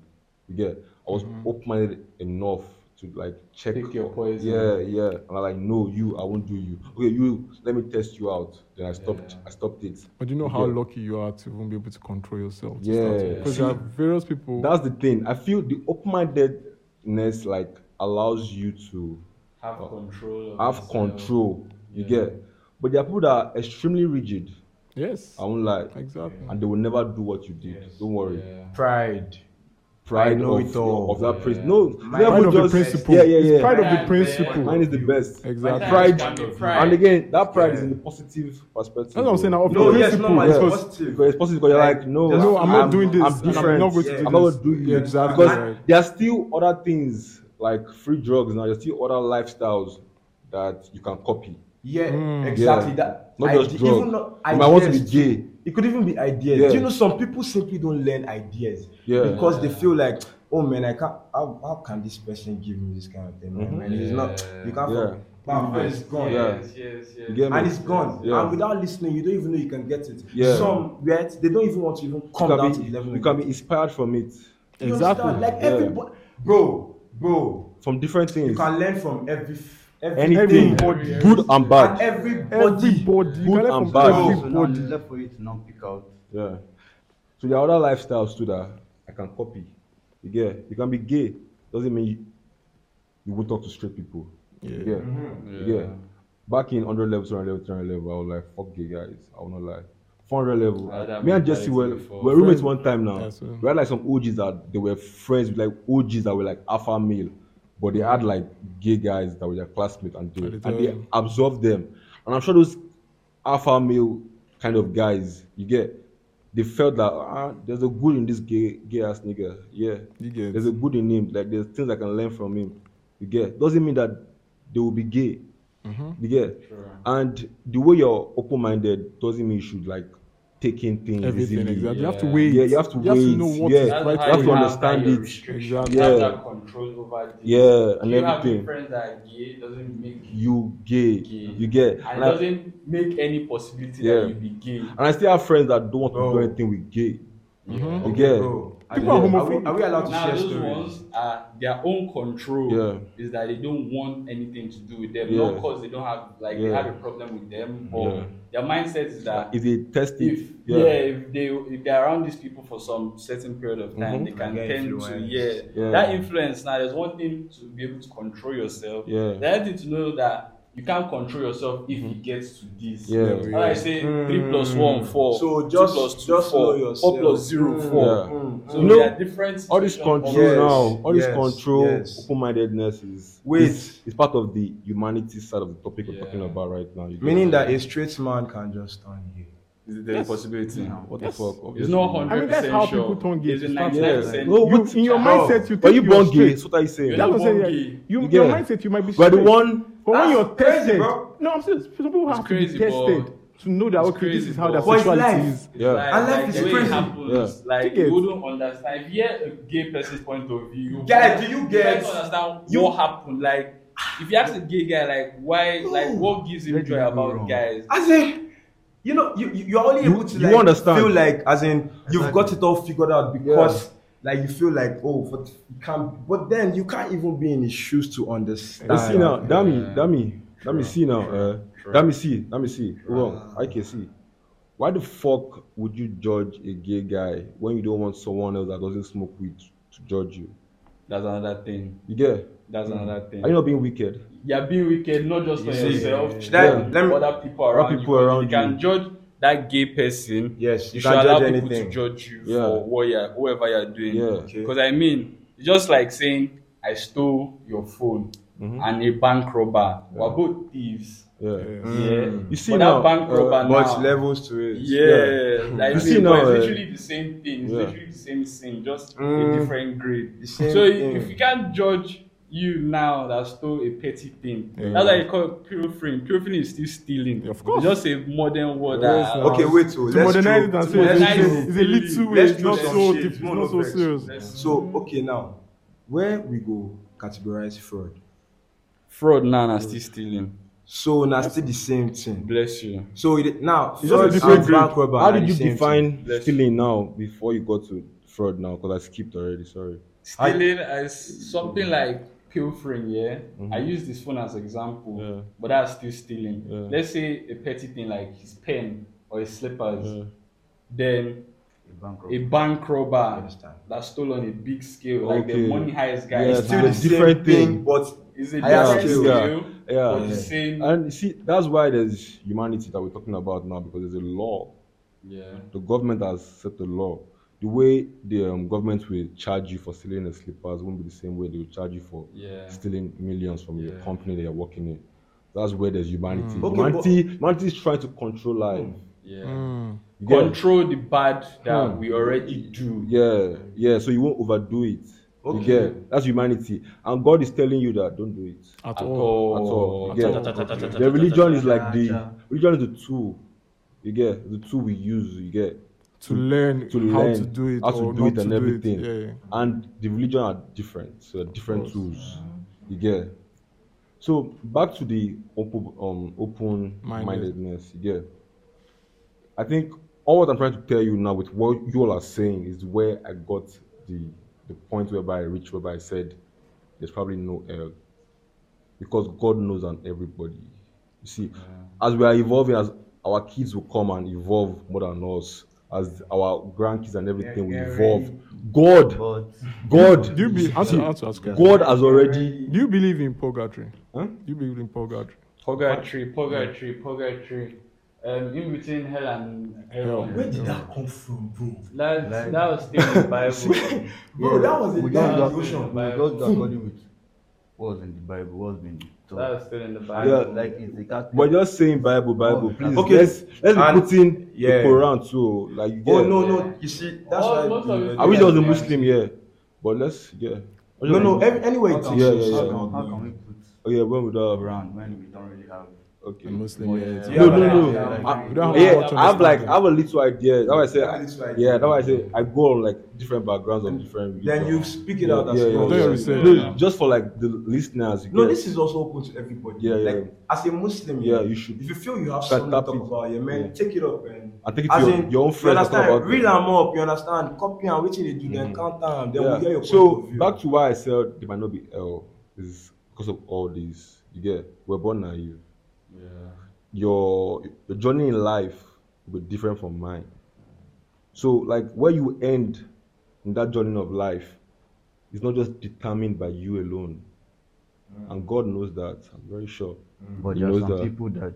Speaker 4: You get. I was open-minded enough to like check.
Speaker 1: Mm-hmm. Pick your poison.
Speaker 4: Yeah, yeah. And I like, no, you, I won't do you. Okay, you. Let me test you out. Then I stopped.
Speaker 1: Yeah.
Speaker 4: I stopped it.
Speaker 3: But you know how
Speaker 4: Yeah.
Speaker 3: lucky you are to even be able to control yourself. to
Speaker 4: Yeah.
Speaker 3: start with. Because there
Speaker 4: See,
Speaker 3: are various people.
Speaker 4: That's the thing. I feel the open-mindedness like allows you to
Speaker 1: Have control. of
Speaker 4: have
Speaker 1: yourself.
Speaker 4: control. You
Speaker 1: Yeah.
Speaker 4: get, but there are people that are extremely rigid.
Speaker 3: yes.
Speaker 4: I won't lie,
Speaker 3: Exactly.
Speaker 4: and they will never do what you did. Don't worry.
Speaker 1: Yeah.
Speaker 2: Pride.
Speaker 4: Pride
Speaker 2: I know
Speaker 4: of,
Speaker 2: it all.
Speaker 4: of that
Speaker 1: Yeah.
Speaker 4: prin- No,
Speaker 2: Pride
Speaker 4: they have
Speaker 3: Pride
Speaker 4: to
Speaker 3: of the
Speaker 4: just-
Speaker 3: principle.
Speaker 4: Yeah, yeah, yeah.
Speaker 3: It's pride of
Speaker 1: Pride,
Speaker 3: the
Speaker 1: yeah.
Speaker 3: principle.
Speaker 4: Mine is the best.
Speaker 3: Exactly.
Speaker 1: Pride.
Speaker 4: Pride.
Speaker 1: Pride.
Speaker 4: And again, that pride is in
Speaker 2: Yeah.
Speaker 4: the positive perspective.
Speaker 3: That's what I'm saying. Now, of
Speaker 2: No,
Speaker 3: the
Speaker 2: yes,
Speaker 3: principle.
Speaker 2: no, man, it's
Speaker 3: because-
Speaker 2: positive.
Speaker 4: Because it's positive. Because you're like, no,
Speaker 2: Just-
Speaker 3: no, I'm, not doing this.
Speaker 4: I'm
Speaker 3: and
Speaker 4: different.
Speaker 3: I'm not going to
Speaker 2: Yeah.
Speaker 3: do
Speaker 4: I'm not
Speaker 3: this.
Speaker 4: gonna do you.
Speaker 3: Yeah, exactly.
Speaker 4: Because
Speaker 3: right.
Speaker 4: there are still other things like free drugs now. There's still other lifestyles that you can copy.
Speaker 2: Yeah, exactly.
Speaker 4: Mm, Yeah.
Speaker 2: That
Speaker 4: Not just
Speaker 2: ide-
Speaker 4: drug.
Speaker 2: Even not
Speaker 4: You might want to be
Speaker 2: ideas too.
Speaker 4: gay.
Speaker 2: It could even be ideas.
Speaker 4: Yeah.
Speaker 2: Do you know some people simply don't learn ideas
Speaker 4: Yeah.
Speaker 2: because they feel like, oh man, I can't. How, how can this person give me this kind of thing, man? man it's not. You can't.
Speaker 4: Yeah.
Speaker 2: Yeah. Bam, it's gone.
Speaker 1: Yes, yes, yes.
Speaker 4: You get me?
Speaker 2: And it's gone.
Speaker 4: Yeah.
Speaker 2: And without listening, you don't even know you can get it.
Speaker 4: Yeah.
Speaker 2: Some where they don't even want to even come
Speaker 4: you
Speaker 2: down
Speaker 4: can,
Speaker 2: to
Speaker 4: be,
Speaker 2: eleven.
Speaker 4: you can be inspired from it,
Speaker 2: You
Speaker 3: Exactly.
Speaker 2: understand? Like
Speaker 4: Yeah.
Speaker 2: everybody, bro, bro.
Speaker 4: from different things.
Speaker 2: You can learn from every every
Speaker 4: Anything,
Speaker 2: everybody.
Speaker 4: good and
Speaker 2: and
Speaker 4: bad.
Speaker 2: everybody.
Speaker 3: Everybody. You
Speaker 4: Good
Speaker 3: can learn
Speaker 4: and
Speaker 3: from
Speaker 4: bad.
Speaker 3: everybody.
Speaker 6: So now it's left for you to now pick out.
Speaker 4: Yeah. So there are other lifestyles too that I can copy. You get? You can be gay. Doesn't mean you, you won't talk to straight people.
Speaker 3: Yeah.
Speaker 4: You get? You get? Back in 100 level, 200 level, 300 level, I was like, fuck gay guys. I will not lie. 400 level.
Speaker 1: I had that
Speaker 4: Me and Jesse were,
Speaker 1: mentality before.
Speaker 4: were roommates one time now.
Speaker 3: Yes, yeah.
Speaker 4: we had like some OGs that they were friends with like OGs that were like alpha male, but they had like gay guys that were their classmates and they,
Speaker 3: And they
Speaker 4: and
Speaker 3: tell
Speaker 4: they
Speaker 3: you.
Speaker 4: absorbed them. And I'm sure those alpha male kind of guys, you get, they felt that ah, there's a good in this gay gay ass nigga. Yeah,
Speaker 3: You get.
Speaker 4: there's a good in him. Like there's things I can learn from him. You get. Doesn't mean that they will be gay.
Speaker 3: Mm-hmm.
Speaker 4: You get.
Speaker 1: Sure.
Speaker 4: And the way you're open-minded doesn't mean you should like taking things
Speaker 3: Everything.
Speaker 4: easily.
Speaker 3: Exactly. You have to
Speaker 1: Yeah.
Speaker 3: wait.
Speaker 4: Yeah, you have to
Speaker 3: You have to
Speaker 4: wait.
Speaker 3: know what
Speaker 4: Yeah.
Speaker 3: is
Speaker 4: That's
Speaker 1: That's
Speaker 3: right.
Speaker 1: how
Speaker 4: you have to
Speaker 1: that
Speaker 4: understand
Speaker 1: your
Speaker 4: it.
Speaker 1: restrictions,
Speaker 3: Exactly.
Speaker 1: Have
Speaker 4: Yeah.
Speaker 1: that control over this.
Speaker 4: Yeah, and
Speaker 1: you
Speaker 4: everything.
Speaker 1: Have friends that are gay doesn't make you
Speaker 4: you gay,
Speaker 1: gay.
Speaker 4: you get.
Speaker 1: And it
Speaker 4: And I, and
Speaker 1: doesn't make any possibility
Speaker 4: Yeah.
Speaker 1: that you be gay.
Speaker 4: I still have friends that don't want to
Speaker 2: Oh.
Speaker 4: do anything with gay.
Speaker 3: Mm-hmm.
Speaker 4: You get?
Speaker 2: Bro, I
Speaker 3: People are
Speaker 2: don't know.
Speaker 3: homophobic.
Speaker 2: Are we, are we allowed to
Speaker 1: Now
Speaker 2: share
Speaker 1: those
Speaker 2: stories?
Speaker 1: ones are their own control.
Speaker 4: Yeah.
Speaker 1: Is that they don't want anything to do with them,
Speaker 4: Yeah.
Speaker 1: not because they don't have like they
Speaker 4: Yeah.
Speaker 1: have a problem with them, but
Speaker 4: Yeah.
Speaker 1: their mindset is that
Speaker 4: If they test it,
Speaker 1: if yeah. if they if they're around these people for some certain period of time,
Speaker 4: Mhm.
Speaker 1: they can
Speaker 2: Get
Speaker 1: tend to
Speaker 2: influenced.
Speaker 1: yeah,
Speaker 4: Yeah.
Speaker 1: that influence. Now there's one thing to be able to control yourself.
Speaker 4: Yeah.
Speaker 1: The other thing to know that you can't control yourself if it gets to this.
Speaker 4: Mm-hmm. Yeah.
Speaker 1: Like I say three plus one four.
Speaker 2: So
Speaker 1: two
Speaker 2: just-
Speaker 1: plus two
Speaker 2: just
Speaker 1: four.
Speaker 2: know yourself.
Speaker 1: Four plus zero
Speaker 2: Mm.
Speaker 1: four.
Speaker 4: Yeah.
Speaker 1: So
Speaker 4: You know,
Speaker 1: there are different.
Speaker 4: all this
Speaker 1: situations.
Speaker 4: control
Speaker 2: Yes,
Speaker 4: now, all this
Speaker 2: yes,
Speaker 4: control,
Speaker 2: yes.
Speaker 4: open-mindedness is
Speaker 2: Wait.
Speaker 4: is, is part of the humanity side of the topic we're
Speaker 1: Yeah.
Speaker 4: talking about right now. you get
Speaker 2: Meaning
Speaker 4: it?
Speaker 2: that a straight man can just turn you.
Speaker 1: is the possibility now.
Speaker 4: what the fuck?
Speaker 1: It's
Speaker 4: obviously.
Speaker 1: not
Speaker 3: I
Speaker 1: hundred
Speaker 3: mean,
Speaker 1: percent
Speaker 3: that's how
Speaker 1: sure.
Speaker 3: people turn gay.
Speaker 1: It's
Speaker 3: It's not-
Speaker 1: ninety nine percent.
Speaker 4: No,
Speaker 3: You,
Speaker 4: what-
Speaker 3: in
Speaker 2: Oh.
Speaker 3: your
Speaker 4: Bro,
Speaker 3: mindset, you
Speaker 4: Were
Speaker 3: think you
Speaker 4: you
Speaker 3: are
Speaker 4: born gay?
Speaker 3: straight.
Speaker 4: That's what I say.
Speaker 1: You're not
Speaker 4: But
Speaker 3: That's what I'm saying.
Speaker 1: born
Speaker 3: yeah.
Speaker 1: gay.
Speaker 3: You,
Speaker 4: You
Speaker 3: your
Speaker 4: get it?
Speaker 3: mindset, you might be
Speaker 4: the
Speaker 3: straight.
Speaker 4: one,
Speaker 3: But when
Speaker 2: That's
Speaker 3: you're
Speaker 2: crazy,
Speaker 3: tested,
Speaker 2: bro.
Speaker 3: no, I'm saying some people have
Speaker 1: It's
Speaker 3: to
Speaker 1: crazy,
Speaker 3: be tested to know that
Speaker 1: it's
Speaker 3: okay, this
Speaker 1: crazy,
Speaker 3: is how their
Speaker 1: but- But
Speaker 2: it's
Speaker 3: sexuality
Speaker 2: life.
Speaker 3: is.
Speaker 4: yeah,
Speaker 1: Like,
Speaker 2: And life
Speaker 1: like
Speaker 2: is
Speaker 1: the way it
Speaker 2: crazy.
Speaker 1: happens, like
Speaker 3: Tickets.
Speaker 1: you don't understand. If you hear a gay person's point of view, you
Speaker 2: Guy, do you get-
Speaker 1: don't understand what happened. Like, if you ask a gay guy, like, why, like, what gives him
Speaker 6: Where did
Speaker 1: joy
Speaker 6: you go
Speaker 1: about
Speaker 6: wrong?
Speaker 1: guys?
Speaker 2: As in, you know, you you- you're only
Speaker 4: You-
Speaker 2: able to
Speaker 4: you
Speaker 2: like
Speaker 4: understand.
Speaker 2: feel like as in you've got it all figured out because like you feel like oh but you can't but then you can't even be in his shoes to understand.
Speaker 4: you see now,
Speaker 2: Like,
Speaker 4: Dami, Dami, Dami, see now, uh, Dami, see, Dami, see, wrong.
Speaker 2: Ah.
Speaker 4: I can see. Why the fuck would you judge a gay guy when you don't want someone else that doesn't smoke weed to judge you?
Speaker 1: That's another thing.
Speaker 4: You get?
Speaker 1: That's another
Speaker 4: Are you
Speaker 1: thing.
Speaker 4: not being wicked?
Speaker 1: You're being wicked, not just on
Speaker 2: see,
Speaker 1: yourself.
Speaker 2: should I-
Speaker 1: but
Speaker 2: let me-
Speaker 1: other people around
Speaker 4: people
Speaker 1: you. 'cause
Speaker 4: around
Speaker 1: you can
Speaker 4: you.
Speaker 1: judge that gay person.
Speaker 2: Yes,
Speaker 1: you
Speaker 2: you
Speaker 1: should
Speaker 2: can't
Speaker 1: allow
Speaker 2: judge
Speaker 1: people to
Speaker 2: anything.
Speaker 1: judge you
Speaker 4: Yeah.
Speaker 1: for what you're, whoever you're doing.
Speaker 4: Yeah.
Speaker 2: Okay.
Speaker 1: Because I mean, it's just like saying I stole your phone and a bank robber. We're both thieves.
Speaker 4: Yeah.
Speaker 1: Yeah.
Speaker 4: You see
Speaker 1: But
Speaker 4: Mm. now,
Speaker 1: that bank
Speaker 4: uh,
Speaker 1: robber now.
Speaker 2: But levels to it.
Speaker 1: Yeah, like
Speaker 4: You
Speaker 1: you
Speaker 4: see
Speaker 1: see,
Speaker 4: now,
Speaker 1: it's
Speaker 4: uh,
Speaker 1: literally the same thing. It's
Speaker 4: yeah.
Speaker 1: literally the same thing, just
Speaker 2: Mm.
Speaker 1: a different grade.
Speaker 2: The same
Speaker 1: So i-
Speaker 2: thing.
Speaker 1: if you can't judge you now, that's still a petty thing. That's why you call it pilfering. Pilfering is still stealing.
Speaker 3: Of course.
Speaker 1: It's just a modern word.
Speaker 3: Yes,
Speaker 1: that-
Speaker 3: now.
Speaker 2: Okay, wait. So
Speaker 3: To
Speaker 2: let's
Speaker 3: modernize it
Speaker 2: throw-
Speaker 3: and
Speaker 2: to
Speaker 3: say it's
Speaker 1: modernize
Speaker 3: a-
Speaker 1: it.
Speaker 3: it's a little way,
Speaker 2: Let's
Speaker 3: it's
Speaker 2: throw
Speaker 3: not
Speaker 2: some
Speaker 3: so
Speaker 2: shade,
Speaker 3: deep, it's
Speaker 2: no
Speaker 3: not so
Speaker 2: offense.
Speaker 3: serious.
Speaker 1: Let's-
Speaker 2: So okay now, where we go categorize fraud.
Speaker 1: Fraud now, nah, still stealing.
Speaker 2: So now still the same thing.
Speaker 1: Bless you.
Speaker 2: So it, now
Speaker 4: It's just a
Speaker 2: fraud
Speaker 4: different
Speaker 2: and
Speaker 4: grade.
Speaker 2: bank robber
Speaker 4: How
Speaker 2: are
Speaker 4: did
Speaker 2: the
Speaker 4: you
Speaker 2: same thing.
Speaker 4: define
Speaker 1: Bless
Speaker 4: stealing now before you got to fraud now? Because I skipped already. Sorry.
Speaker 1: stealing as something
Speaker 4: Mm-hmm.
Speaker 1: like pilfering yeah i use this phone as example
Speaker 4: Yeah.
Speaker 1: but that's still stealing
Speaker 4: Yeah.
Speaker 1: let's say a petty thing like his pen or his slippers
Speaker 4: Yeah.
Speaker 1: then
Speaker 6: bankrupt.
Speaker 1: a bank robber
Speaker 2: Understand.
Speaker 1: that stole on a big scale like
Speaker 4: Okay.
Speaker 1: the money highest guy
Speaker 4: Yes,
Speaker 1: is
Speaker 2: Still
Speaker 4: man.
Speaker 2: the
Speaker 1: still
Speaker 4: It's
Speaker 2: same
Speaker 4: different
Speaker 2: thing,
Speaker 4: thing.
Speaker 2: but
Speaker 1: is a
Speaker 2: Higher
Speaker 1: different
Speaker 2: scale.
Speaker 1: scale
Speaker 4: Yeah.
Speaker 1: but
Speaker 4: Yeah.
Speaker 1: the same
Speaker 4: And you see, that's why there's humanity that we're talking about now because there's a law.
Speaker 1: yeah
Speaker 4: The government has set the law. The way the um, government will charge you for stealing the slippers won't be the same way they will charge you for
Speaker 1: yeah
Speaker 4: stealing millions from your
Speaker 1: Yeah.
Speaker 4: company that you're working in. That's where there's humanity.
Speaker 2: Okay,
Speaker 4: humanity, humanity is trying to control life.
Speaker 1: yeah
Speaker 3: Mm,
Speaker 4: You get-
Speaker 1: control the bad that
Speaker 4: Hmm.
Speaker 1: we already do
Speaker 4: Yeah, yeah. So you won't overdo it.
Speaker 2: Okay.
Speaker 4: You get that's humanity, and God is telling you that don't do it
Speaker 3: At
Speaker 1: at
Speaker 3: all.
Speaker 4: at all.
Speaker 1: all
Speaker 4: You get? The religion is like the religion is the tool. You get the tool we use. You get
Speaker 3: To learn
Speaker 4: to
Speaker 3: how
Speaker 4: learn
Speaker 3: to do it,
Speaker 4: how to
Speaker 3: or
Speaker 4: do
Speaker 3: not
Speaker 4: it
Speaker 3: to
Speaker 4: and
Speaker 3: do
Speaker 4: everything.
Speaker 3: It. Yeah.
Speaker 4: Mm-hmm. and the religion are different. So they're different tools. You get. So back to the open um open
Speaker 3: Minded.
Speaker 4: mindedness. You get. I think all what I'm trying to tell you now with what you all are saying is where I got the the point whereby I reached whereby I said there's probably no hell. Because God knows on everybody. You see, as we are evolving, as our kids will come and evolve more than us, as our grandkids and everything will evolve. God,
Speaker 6: But
Speaker 4: God,
Speaker 3: Do you be,
Speaker 4: you
Speaker 3: how to,
Speaker 4: see,
Speaker 3: how to ask you?
Speaker 4: God has already.
Speaker 3: Do you believe in purgatory?
Speaker 4: Huh?
Speaker 3: Do you believe in purgatory?
Speaker 1: Purgatory, purgatory, purgatory. Um, in between hell and
Speaker 3: Hell.
Speaker 1: heaven.
Speaker 2: did that come from, bro?
Speaker 1: That, that was still in the Bible.
Speaker 2: Bro, that was a
Speaker 6: we
Speaker 2: damn
Speaker 6: don't
Speaker 2: devotion.
Speaker 6: we don't go according with what's in the Bible, what's been
Speaker 1: that
Speaker 6: taught.
Speaker 1: was still in the
Speaker 6: And
Speaker 1: Bible.
Speaker 4: Yeah.
Speaker 6: Like it's the Catholic.
Speaker 4: We're just saying Bible, Bible, please.
Speaker 2: Oh, Okay.
Speaker 4: Let's let's
Speaker 2: And-
Speaker 4: be putting
Speaker 2: yeah.
Speaker 4: the Quran too. Like, yeah.
Speaker 2: Oh no no! You see, that's
Speaker 1: Oh,
Speaker 2: why.
Speaker 1: most of it-
Speaker 4: I wish I was a
Speaker 1: Yeah.
Speaker 4: Muslim, yeah. But let's, yeah.
Speaker 2: No no. Every, anyway,
Speaker 6: how
Speaker 2: it
Speaker 4: Yeah,
Speaker 6: can,
Speaker 2: is,
Speaker 4: yeah,
Speaker 6: we,
Speaker 4: yeah.
Speaker 6: How, can, how can we put
Speaker 4: Oh yeah, when would that?
Speaker 6: Quran when we don't really have?
Speaker 4: Okay.
Speaker 3: and Muslim.
Speaker 6: Oh,
Speaker 3: yeah,
Speaker 6: yeah.
Speaker 3: it's-
Speaker 4: No, no, no.
Speaker 2: Yeah,
Speaker 4: I-
Speaker 2: like-
Speaker 3: We don't have a
Speaker 4: yeah,
Speaker 3: culture
Speaker 4: I have like
Speaker 3: understanding.
Speaker 4: I have a little idea. That's why I say
Speaker 2: You have a little idea.
Speaker 4: yeah. That's why I say I go on like different backgrounds of different.
Speaker 2: Then you
Speaker 4: religions.
Speaker 2: speak it out as
Speaker 4: yeah,
Speaker 2: well.
Speaker 3: Do your
Speaker 4: yeah,
Speaker 3: research.
Speaker 4: No, just for like the listeners. You
Speaker 2: No,
Speaker 4: get.
Speaker 2: this is also open to everybody.
Speaker 4: Yeah, yeah.
Speaker 2: like as a Muslim,
Speaker 4: Yeah, you should.
Speaker 2: If you feel you have
Speaker 4: Start
Speaker 2: something to
Speaker 4: tapping.
Speaker 2: talk about, yeah, man,
Speaker 4: Yeah.
Speaker 2: take it up and.
Speaker 4: I think it's
Speaker 2: As
Speaker 4: your,
Speaker 2: in,
Speaker 4: your own
Speaker 2: you
Speaker 4: friends that
Speaker 2: understand,
Speaker 4: talk about. Mm-hmm.
Speaker 2: reel them up, you understand, copy and which they do, then count them, then we hear your
Speaker 4: So
Speaker 2: point of view.
Speaker 4: back to why I said they might not be L is because of all these. You get we're born naive. Your your journey in life will be different from mine. So like where you end in that journey of life is not just determined by you alone.
Speaker 6: Mm.
Speaker 4: And God knows that. I'm very sure.
Speaker 6: But
Speaker 4: He
Speaker 6: there are
Speaker 4: knows
Speaker 6: some
Speaker 4: that. Mm-hmm.
Speaker 6: people that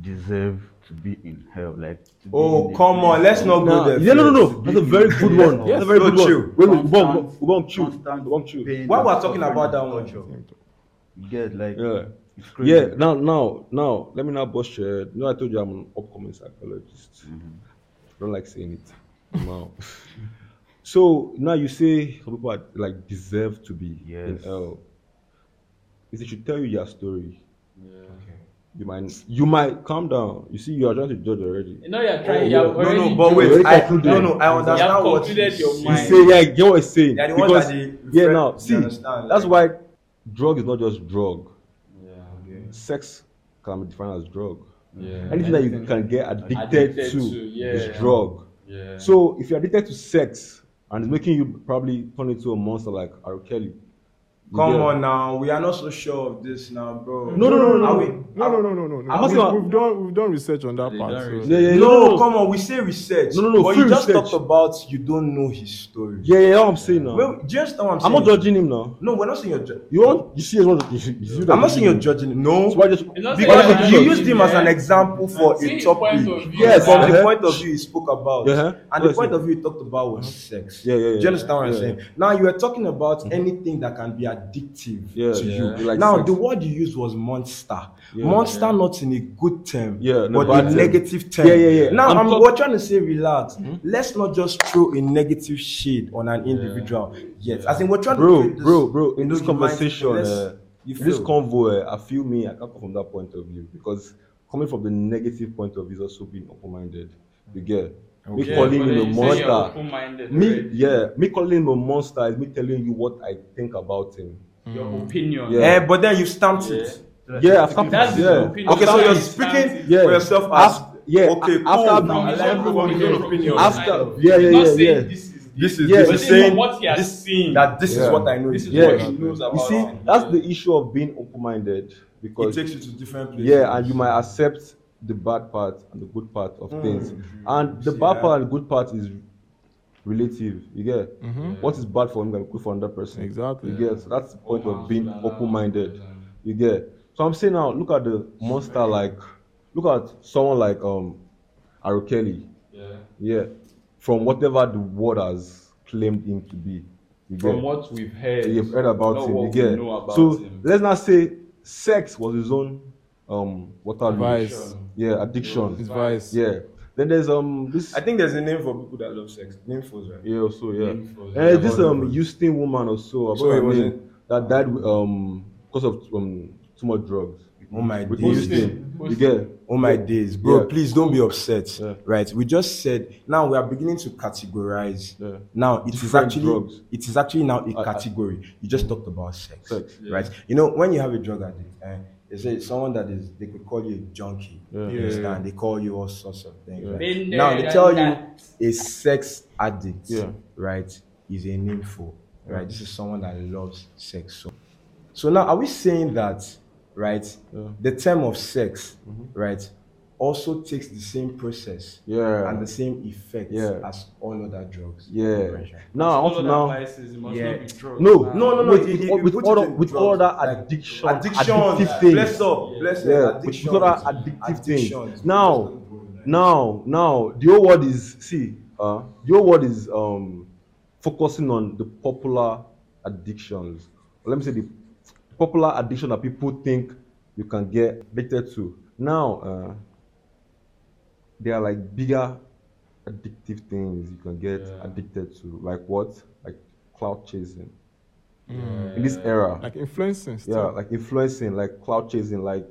Speaker 6: deserve to be in hell. Like to be
Speaker 2: Oh,
Speaker 6: in the
Speaker 2: come on,
Speaker 6: place
Speaker 2: let's
Speaker 6: of-
Speaker 2: not go
Speaker 4: Nah,
Speaker 2: there.
Speaker 4: yeah, no, no, no.
Speaker 2: first.
Speaker 4: That's a very good one. That's a very
Speaker 2: Yes.
Speaker 4: good
Speaker 2: So
Speaker 4: one. Wait, wait, Ubom,
Speaker 6: Constant-
Speaker 4: Ubom, chill.
Speaker 6: constant
Speaker 4: Ubom, chill.
Speaker 6: pain
Speaker 2: Why
Speaker 6: and
Speaker 2: we're talking
Speaker 6: suffering
Speaker 2: about
Speaker 6: and
Speaker 2: that one?
Speaker 6: torture. You get like
Speaker 4: Yeah.
Speaker 6: it's crazy.
Speaker 4: Yeah, now, now, now, let me now bust your head. You know, I told you I'm an upcoming psychologist.
Speaker 2: Mm-hmm.
Speaker 4: I don't like saying it now. so now you say some people are, like deserve to be
Speaker 6: Yes.
Speaker 4: in hell. If they should tell you your story, you might, you might calm down. You see, you are trying to judge already.
Speaker 1: You know you're trying. you're
Speaker 2: Oh, No,
Speaker 1: already
Speaker 2: no, but
Speaker 1: doing-
Speaker 2: wait,
Speaker 4: Already
Speaker 2: I,
Speaker 4: concluded.
Speaker 2: no, no, I
Speaker 1: You have
Speaker 2: understand what
Speaker 1: concluded your
Speaker 2: saying.
Speaker 4: You
Speaker 1: mind.
Speaker 4: say, yeah, I get what you're saying.
Speaker 2: They are the ones
Speaker 4: because,
Speaker 2: that they
Speaker 4: yeah,
Speaker 2: refer-
Speaker 4: now
Speaker 2: they
Speaker 4: see,
Speaker 2: understand,
Speaker 4: that's
Speaker 2: like-
Speaker 4: why drug is not just drug. Sex can be defined as drug. anything that you can get addicted,
Speaker 1: Addicted
Speaker 4: to,
Speaker 1: to, yeah.
Speaker 4: is drug.
Speaker 1: Yeah.
Speaker 4: So if you're addicted to sex and it's making you probably turn into a monster like R. Kelly. you
Speaker 2: Come
Speaker 4: get-
Speaker 2: on now, we are not so sure of this now, bro.
Speaker 4: No, no, no, no,
Speaker 2: Are
Speaker 4: no.
Speaker 2: we-
Speaker 3: No, no, no, no, no, no.
Speaker 4: I'm
Speaker 3: We-
Speaker 4: asking-
Speaker 3: We've done we've done research on that
Speaker 1: They
Speaker 3: part.
Speaker 1: done
Speaker 3: so-
Speaker 1: research.
Speaker 4: Yeah, yeah,
Speaker 2: no,
Speaker 4: no, no.
Speaker 2: come on, we say research.
Speaker 4: No, no, no,
Speaker 2: But
Speaker 4: free
Speaker 2: you just
Speaker 4: research.
Speaker 2: talked about you don't know his story.
Speaker 4: Yeah, yeah, yeah, I'm saying now.
Speaker 2: Well, do you understand what I'm
Speaker 4: I'm
Speaker 2: saying?
Speaker 4: not judging him now.
Speaker 2: No, we're not saying you're judging.
Speaker 4: You want you see you want you see you see that
Speaker 2: I'm not saying you're
Speaker 4: judging
Speaker 2: judging. No.
Speaker 4: him. So why just
Speaker 1: It's not saying
Speaker 2: Because
Speaker 1: you're
Speaker 4: because
Speaker 1: judging
Speaker 2: you
Speaker 1: him,
Speaker 2: used him as an
Speaker 1: yeah.
Speaker 2: example for
Speaker 1: See
Speaker 2: a
Speaker 1: his point
Speaker 2: topic.
Speaker 1: of view,
Speaker 4: Yes,
Speaker 2: from the
Speaker 4: uh-huh.
Speaker 2: point of view he spoke about.
Speaker 4: Uh-huh.
Speaker 2: And the
Speaker 4: Yes,
Speaker 2: point
Speaker 4: yeah.
Speaker 2: of view he talked about was sex.
Speaker 4: Uh-huh. Yeah, yeah,
Speaker 2: Do
Speaker 4: yeah.
Speaker 2: you understand what I'm
Speaker 4: Yeah. Mm-hmm.
Speaker 2: saying? Now you are talking about anything that can be addictive
Speaker 4: Yeah,
Speaker 2: to
Speaker 4: yeah.
Speaker 2: you.
Speaker 4: You like
Speaker 2: now
Speaker 4: sex.
Speaker 2: the word you used was monster.
Speaker 4: Yeah.
Speaker 2: monster not in a good term,
Speaker 4: Yeah, in a
Speaker 2: but
Speaker 4: bad
Speaker 2: a
Speaker 4: term.
Speaker 2: negative term.
Speaker 4: Yeah, yeah, yeah.
Speaker 2: Now
Speaker 4: I'm
Speaker 2: I'm,
Speaker 4: talk- Hmm?
Speaker 2: we're trying to say relax. Let's not just throw a negative shade on an individual. Yes. I think we're trying
Speaker 4: bro,
Speaker 2: to create this,
Speaker 4: bro, bro.
Speaker 2: you
Speaker 4: In
Speaker 2: know,
Speaker 4: this
Speaker 2: the mindset,
Speaker 4: conversation,
Speaker 2: let's-
Speaker 4: uh,
Speaker 2: you
Speaker 4: in this
Speaker 2: feel.
Speaker 4: convo, uh, I feel me. I come from that point of view because coming from the negative point of view is also being open-minded. You get me
Speaker 1: Yeah,
Speaker 4: calling
Speaker 1: but
Speaker 4: him
Speaker 1: then
Speaker 4: a
Speaker 1: you say you're
Speaker 4: monster.
Speaker 1: open-minded
Speaker 4: Me,
Speaker 1: already.
Speaker 4: yeah, me calling him a monster is me telling you what I think about him.
Speaker 1: Your opinion.
Speaker 4: Yeah.
Speaker 2: Eh, but then you stamped it.
Speaker 4: Yeah, I've come
Speaker 1: That's his
Speaker 4: yeah.
Speaker 1: opinion.
Speaker 2: Okay, so
Speaker 1: After
Speaker 2: you're
Speaker 1: he
Speaker 2: speaking
Speaker 1: stamped
Speaker 4: it.
Speaker 2: for
Speaker 4: Yeah.
Speaker 2: yourself as
Speaker 4: Af- yeah,
Speaker 2: okay,
Speaker 4: a-
Speaker 2: cool.
Speaker 4: after-
Speaker 2: now, I
Speaker 1: From his
Speaker 2: like
Speaker 1: own
Speaker 2: everyone
Speaker 1: opinion.
Speaker 2: your opinion.
Speaker 4: After-
Speaker 1: Kind of.
Speaker 4: yeah, yeah,
Speaker 1: Not
Speaker 4: yeah,
Speaker 1: saying
Speaker 4: yeah.
Speaker 1: this is
Speaker 2: this is
Speaker 4: Yeah.
Speaker 2: this
Speaker 4: But
Speaker 2: is
Speaker 1: then
Speaker 2: saying
Speaker 1: what he has
Speaker 2: this,
Speaker 1: seen.
Speaker 2: that this is
Speaker 4: Yeah.
Speaker 2: what I know.
Speaker 1: This is
Speaker 4: Yeah.
Speaker 1: what he knows
Speaker 4: You
Speaker 1: about.
Speaker 4: see,
Speaker 1: him.
Speaker 4: that's the issue of being open-minded
Speaker 2: it
Speaker 4: because
Speaker 2: takes you to different places.
Speaker 4: yeah, and you might accept the bad part and the good part of things, and the
Speaker 2: See,
Speaker 4: bad
Speaker 2: yeah.
Speaker 4: part and good part is relative. You get What is bad for him can be good for another person.
Speaker 3: Exactly.
Speaker 4: You get so that's the point of being open-minded. You get so I'm saying now, look at the monster like, look at someone like um, Arukeli. Yeah, from whatever the world has claimed him to be. You
Speaker 1: From
Speaker 4: get?
Speaker 1: what we've heard,
Speaker 4: you've heard about
Speaker 1: not
Speaker 4: him. You
Speaker 1: what we
Speaker 4: get?
Speaker 1: know about
Speaker 4: So
Speaker 1: him.
Speaker 4: let's not say sex was his own um water
Speaker 3: Vice.
Speaker 4: Yeah, addiction.
Speaker 3: His vice.
Speaker 4: Yeah. Then there's um this
Speaker 2: I think there's a name for people that love sex. Nymphos, right?
Speaker 4: yeah also yeah.
Speaker 1: Infos,
Speaker 4: Eh,
Speaker 1: yeah.
Speaker 4: this um Houston woman also
Speaker 2: So it was
Speaker 4: that died um because of um too much drugs.
Speaker 2: Oh my
Speaker 4: With
Speaker 2: days.
Speaker 4: Houston, you
Speaker 1: Houston.
Speaker 4: get
Speaker 2: Oh my days, bro!
Speaker 4: Yeah.
Speaker 2: Please don't be upset.
Speaker 4: Yeah.
Speaker 2: Right? We just said now we are beginning to categorize.
Speaker 4: Yeah.
Speaker 2: Now it is
Speaker 4: Different
Speaker 2: actually
Speaker 4: drugs.
Speaker 2: it is actually now a
Speaker 4: I- I-
Speaker 2: category. you just talked about sex,
Speaker 4: Sex,
Speaker 2: right? You know when you have a drug addict, eh, they say someone that is they could call you a junkie.
Speaker 4: Yeah.
Speaker 2: You
Speaker 3: Yeah.
Speaker 2: understand? They call you all sorts of things. right?
Speaker 1: Been there,
Speaker 2: Now they
Speaker 1: done
Speaker 2: tell
Speaker 1: that.
Speaker 2: you a sex addict,
Speaker 4: Yeah.
Speaker 2: right? Is a name for right. This is someone that loves sex so so now, are we saying that, right?
Speaker 4: Yeah. Mm-hmm.
Speaker 2: The term of sex, right, also takes the same process
Speaker 4: yeah
Speaker 2: and the same effect
Speaker 4: Yeah.
Speaker 2: as all other drugs?
Speaker 4: yeah.
Speaker 2: Depression.
Speaker 4: Now I
Speaker 1: All
Speaker 4: want Ah,
Speaker 1: other
Speaker 4: to now.
Speaker 1: vices must
Speaker 2: Yeah.
Speaker 1: not be drugs.
Speaker 4: No,
Speaker 1: Ah.
Speaker 2: No, no, no. it-
Speaker 4: With, with,
Speaker 2: it-
Speaker 4: all-
Speaker 2: it
Speaker 4: with
Speaker 2: puts
Speaker 4: all
Speaker 2: it
Speaker 4: that,
Speaker 2: in
Speaker 4: with all that
Speaker 2: drugs, like
Speaker 4: addiction,
Speaker 2: addiction,
Speaker 4: addictive things.
Speaker 2: bless up, bless
Speaker 4: yeah,
Speaker 2: up,
Speaker 4: with
Speaker 2: addiction,
Speaker 4: all that addictive
Speaker 2: addictions.
Speaker 4: things. Now, now, now, the whole world is see. Uh, the whole world is um focusing on the popular addictions. Let me say the popular addiction that people think you can get addicted to. Now, uh, there are like bigger addictive things you can get addicted to. Like what? Like cloud chasing. In this era,
Speaker 3: Like influencing.
Speaker 4: yeah
Speaker 3: Stuff.
Speaker 4: like influencing like cloud chasing like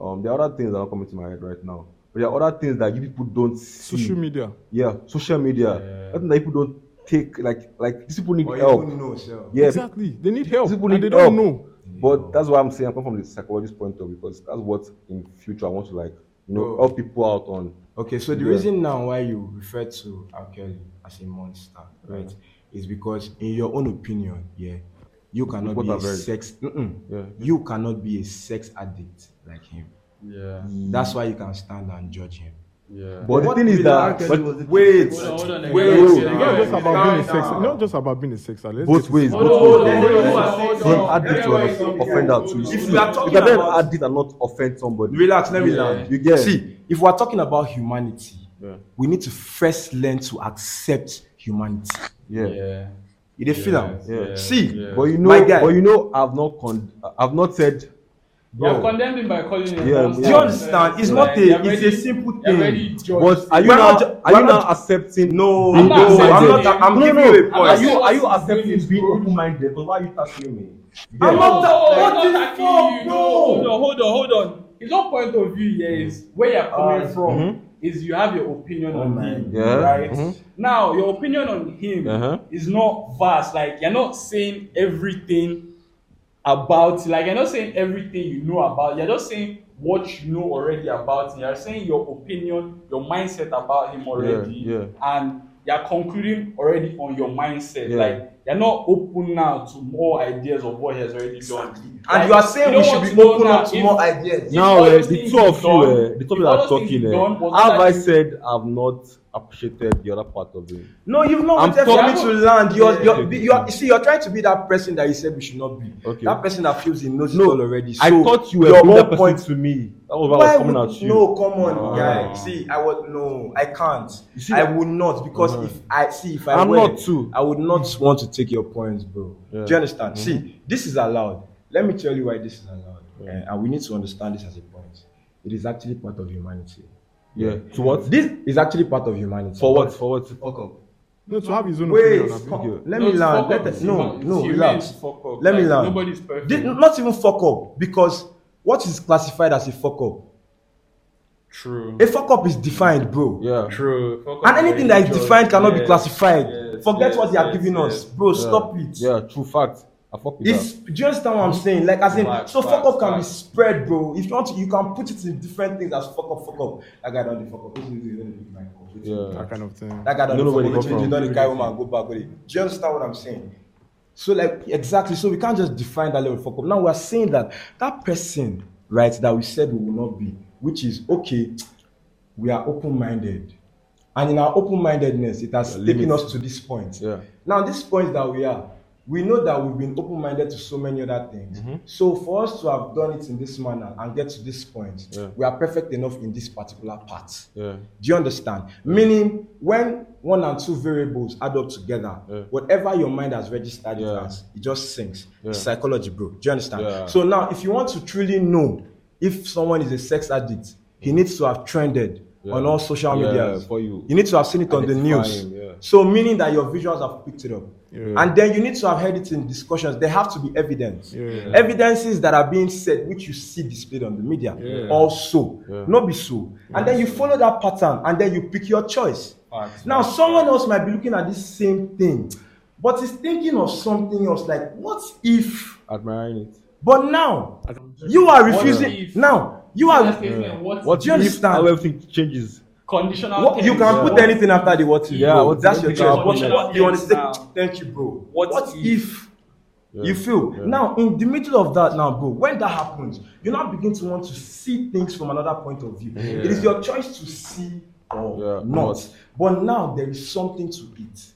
Speaker 4: Um, there are other things that are not coming to my head right now. But there are other things that you people don't see.
Speaker 3: Social media.
Speaker 4: Yeah, social media.
Speaker 2: Yeah.
Speaker 4: Nothing that people don't take like like these people need
Speaker 2: Or
Speaker 4: help.
Speaker 2: even know self.
Speaker 4: Yeah,
Speaker 3: Exactly. They need help.
Speaker 4: these people
Speaker 3: And
Speaker 4: need
Speaker 3: they don't
Speaker 4: help.
Speaker 3: know.
Speaker 4: But that's why I'm saying I come from the psychologist point of view because that's what in future I want to like you know
Speaker 2: Oh.
Speaker 4: help people out on.
Speaker 2: Okay, so the
Speaker 4: Yeah.
Speaker 2: reason now why you refer to R. Kelly as a monster, right, is because in your own opinion, yeah, you cannot
Speaker 4: What
Speaker 2: be a
Speaker 4: I've heard.
Speaker 2: sex, mm-mm,
Speaker 4: Yeah.
Speaker 2: you cannot be a sex addict like him.
Speaker 1: Yeah.
Speaker 2: That's why you can stand and judge him.
Speaker 1: Yeah.
Speaker 4: But the
Speaker 2: What
Speaker 4: thing is
Speaker 2: really
Speaker 4: that
Speaker 2: happened
Speaker 4: but
Speaker 6: was the-
Speaker 4: wait,
Speaker 1: Hold on, hold on,
Speaker 4: wait,
Speaker 1: guys.
Speaker 4: wait,
Speaker 1: Yeah,
Speaker 3: It's not
Speaker 1: yeah,
Speaker 3: just
Speaker 1: yeah.
Speaker 3: about being a
Speaker 2: Calm
Speaker 3: sex.
Speaker 2: down.
Speaker 3: Not just about being a sex. addict. Let's
Speaker 4: both
Speaker 3: get-
Speaker 4: ways,
Speaker 1: Hold
Speaker 4: both
Speaker 1: on,
Speaker 4: ways.
Speaker 1: hold on, hold
Speaker 4: From
Speaker 1: on, hold on.
Speaker 4: addict to
Speaker 1: Everybody
Speaker 4: offend-
Speaker 1: something.
Speaker 4: offender too.
Speaker 1: Hold
Speaker 2: If
Speaker 1: on.
Speaker 2: you are
Speaker 4: You
Speaker 2: talking
Speaker 4: can be an
Speaker 2: about-
Speaker 4: addict and not offend somebody.
Speaker 2: Relax, let me
Speaker 1: Yeah.
Speaker 2: land.
Speaker 4: You get.
Speaker 2: See, if we're talking about humanity,
Speaker 4: Yeah.
Speaker 2: we need to first learn to accept humanity.
Speaker 4: Yeah.
Speaker 1: Yeah.
Speaker 2: You dey feel am?
Speaker 4: Yeah. yeah,
Speaker 2: See,
Speaker 1: yeah.
Speaker 4: But you know,
Speaker 2: My guy.
Speaker 4: but you know, I've not con- I've not said.
Speaker 1: You're
Speaker 4: Yo,
Speaker 1: condemned him by calling him.
Speaker 4: Yeah,
Speaker 1: monster.
Speaker 4: yeah.
Speaker 2: Do you understand? It's not a-
Speaker 1: you're
Speaker 2: it's a
Speaker 1: already-
Speaker 2: simple
Speaker 1: you're
Speaker 2: thing.
Speaker 1: already judged.
Speaker 4: But are you
Speaker 2: We're
Speaker 4: now?
Speaker 2: not ju-
Speaker 4: Are you
Speaker 2: we're
Speaker 4: now
Speaker 2: not-
Speaker 4: accepting?
Speaker 2: No,
Speaker 1: I'm
Speaker 2: I'm
Speaker 1: not
Speaker 2: no, I'm
Speaker 1: accepting
Speaker 2: not.
Speaker 1: it.
Speaker 2: I'm
Speaker 4: No,
Speaker 2: giving
Speaker 4: no.
Speaker 2: you a
Speaker 4: Are
Speaker 2: point.
Speaker 4: you are you
Speaker 1: Because
Speaker 4: accepting
Speaker 1: it's
Speaker 4: being
Speaker 1: good.
Speaker 4: open-minded? But why are you touching me? You
Speaker 2: I'm
Speaker 4: get?
Speaker 2: not-
Speaker 1: No,
Speaker 2: What
Speaker 1: he's
Speaker 2: the
Speaker 1: not attacking
Speaker 2: fuck,
Speaker 1: you.
Speaker 2: bro?
Speaker 1: Hold on, hold on, hold on. His own point of view here is where you're coming from is you have your opinion on him,
Speaker 4: Yeah.
Speaker 1: right?
Speaker 4: Mhm.
Speaker 1: Now your opinion on him
Speaker 4: Uh-huh.
Speaker 1: is not vast. Like you're not saying everything about. Like you're not saying everything you know about. You're just saying what you know already about him. You're saying your opinion, your mindset about him already,
Speaker 4: yeah.
Speaker 1: and you're concluding already on your mindset.
Speaker 4: Yeah.
Speaker 1: Like you're not open now to more ideas of what he has already done.
Speaker 2: And you are saying we should be open up to more ideas.
Speaker 4: Now, uh, the two of you, uh, the two of you are talking. Uh, have I
Speaker 1: I
Speaker 4: said I've not appreciated the other part of it?
Speaker 2: No, you've not
Speaker 4: I'm
Speaker 2: wanted for
Speaker 4: talking-
Speaker 2: me to land. You're, you're,
Speaker 4: Yeah.
Speaker 2: you're, you see, you're trying to be that person that you said we should not be.
Speaker 4: Okay.
Speaker 2: That person that feels he knows
Speaker 4: No,
Speaker 2: it all already. So
Speaker 4: I thought you were
Speaker 2: your
Speaker 4: being that
Speaker 2: own
Speaker 4: person to me. That was why
Speaker 2: Why
Speaker 4: I was coming
Speaker 2: would-
Speaker 4: at you.
Speaker 2: No, come on,
Speaker 4: Ah.
Speaker 2: guy. See, I would no, I can't.
Speaker 4: You see-
Speaker 2: I would not because
Speaker 4: Ah.
Speaker 2: if I see if I
Speaker 4: I'm
Speaker 2: were,
Speaker 4: not too. Mm.
Speaker 2: I would not want to take your points, bro.
Speaker 4: Yeah. Mm-hmm.
Speaker 2: Do you understand? See, this is allowed. Let me tell you why this is allowed,
Speaker 4: Yeah.
Speaker 2: Eh, and we need to understand this as a point. It is actually part of humanity.
Speaker 4: Yeah. To what?
Speaker 2: This is actually part of humanity.
Speaker 4: For what? For what?
Speaker 6: Fuck up.
Speaker 3: No, to have his own
Speaker 2: Wait,
Speaker 3: opinion. Abi.
Speaker 2: come-
Speaker 4: you.
Speaker 2: let me land. Let us, no, no, relax. Let
Speaker 1: Let
Speaker 2: me land.
Speaker 1: Nobody's perfect.
Speaker 2: This- not even fuck up because what is classified as a fuck up?
Speaker 1: True.
Speaker 2: A fuck up is defined, bro.
Speaker 4: Yeah.
Speaker 1: True. Fuck
Speaker 2: And
Speaker 1: up,
Speaker 2: anything
Speaker 1: very
Speaker 2: that is
Speaker 1: judged.
Speaker 2: defined cannot be
Speaker 1: Yes,
Speaker 2: classified.
Speaker 1: yes,
Speaker 2: Forget
Speaker 1: yes,
Speaker 2: what they are
Speaker 1: yes,
Speaker 2: giving us,
Speaker 1: yes.
Speaker 2: bro.
Speaker 4: Yeah.
Speaker 2: Stop it.
Speaker 4: Yeah. True fact. I fuck with
Speaker 2: It's do you understand what I'm saying? Like as in,
Speaker 1: Facts,
Speaker 2: so fuck
Speaker 1: facts,
Speaker 2: up can
Speaker 1: facts.
Speaker 2: be spread, bro. If you want, to, you can put it in different things as fuck up, fuck up. That guy don't do fuck up. This is- this is- this is my cup. This is-
Speaker 4: Yeah.
Speaker 3: That kind of thing.
Speaker 2: That guy
Speaker 4: You
Speaker 2: don't
Speaker 4: know
Speaker 2: do
Speaker 4: where they
Speaker 2: fuck up.
Speaker 4: come
Speaker 2: This is
Speaker 4: from.
Speaker 2: not the guy woman go back with it. Do you understand what I'm saying? So like exactly. So we can't just define that level of fuck up. Now we are saying that that person, right, that we said we will not be, which is okay. We are open-minded, and in our open-mindedness, it has
Speaker 4: Yeah,
Speaker 2: taken
Speaker 4: limits.
Speaker 2: us to this point.
Speaker 4: Yeah.
Speaker 2: Now, this point that we are, we know that we've been open minded to so many other things.
Speaker 4: Mm-hmm.
Speaker 2: So, for us to have done it in this manner and get to this point,
Speaker 4: Yeah.
Speaker 2: we are perfect enough in this particular part.
Speaker 4: Yeah.
Speaker 2: Do you understand? Meaning, when one and two variables add up together,
Speaker 4: Yeah.
Speaker 2: whatever your mind has registered
Speaker 4: Yeah.
Speaker 2: it as, it just sinks.
Speaker 4: Yeah.
Speaker 2: It's psychology, bro. Do you understand?
Speaker 4: Yeah.
Speaker 2: So, now if you want to truly know if someone is a sex addict, he needs to have trended
Speaker 4: Yeah.
Speaker 2: on all social
Speaker 4: Yeah,
Speaker 2: media.
Speaker 4: for you.
Speaker 2: you need to have seen it on the
Speaker 4: Identify
Speaker 2: news.
Speaker 4: him, yeah.
Speaker 2: So meaning that your visuals have picked it up.
Speaker 3: Yeah.
Speaker 2: And then you need to have heard it in discussions. There have to be evidence.
Speaker 3: Yeah.
Speaker 2: Evidences that are being said, which you see displayed on the media,
Speaker 3: Yeah.
Speaker 2: also.
Speaker 4: Yeah.
Speaker 2: Not be so. And then you follow that pattern and then you pick your choice.
Speaker 1: Facts,
Speaker 2: now,
Speaker 1: facts,
Speaker 2: someone else might be looking at this same thing, but is thinking of something else. Like, what if?
Speaker 4: Admiring it.
Speaker 2: But now, you are
Speaker 1: What
Speaker 2: refusing.
Speaker 1: if?
Speaker 2: Now, you
Speaker 1: That's
Speaker 2: are.
Speaker 1: the thing, What,
Speaker 4: What
Speaker 2: Do you
Speaker 4: if
Speaker 2: understand?
Speaker 4: how everything changes?
Speaker 1: conditional?
Speaker 2: What, you
Speaker 1: tense.
Speaker 2: can put anything after the what if.
Speaker 4: Yeah,
Speaker 2: bro.
Speaker 4: what
Speaker 2: that's
Speaker 4: if-
Speaker 2: your
Speaker 4: because
Speaker 2: job.
Speaker 1: what
Speaker 2: What,
Speaker 1: if-
Speaker 2: what, you
Speaker 1: what if
Speaker 2: understand?
Speaker 1: now?
Speaker 2: Thank you, bro.
Speaker 1: What
Speaker 2: if?
Speaker 1: if?
Speaker 4: Yeah.
Speaker 2: You feel
Speaker 4: Yeah.
Speaker 2: now in the middle of that now, bro. When that happens, you now begin to want to see things from another point of view. It is your choice to see or
Speaker 4: Yeah,
Speaker 2: not.
Speaker 4: not.
Speaker 2: But now there is something to it.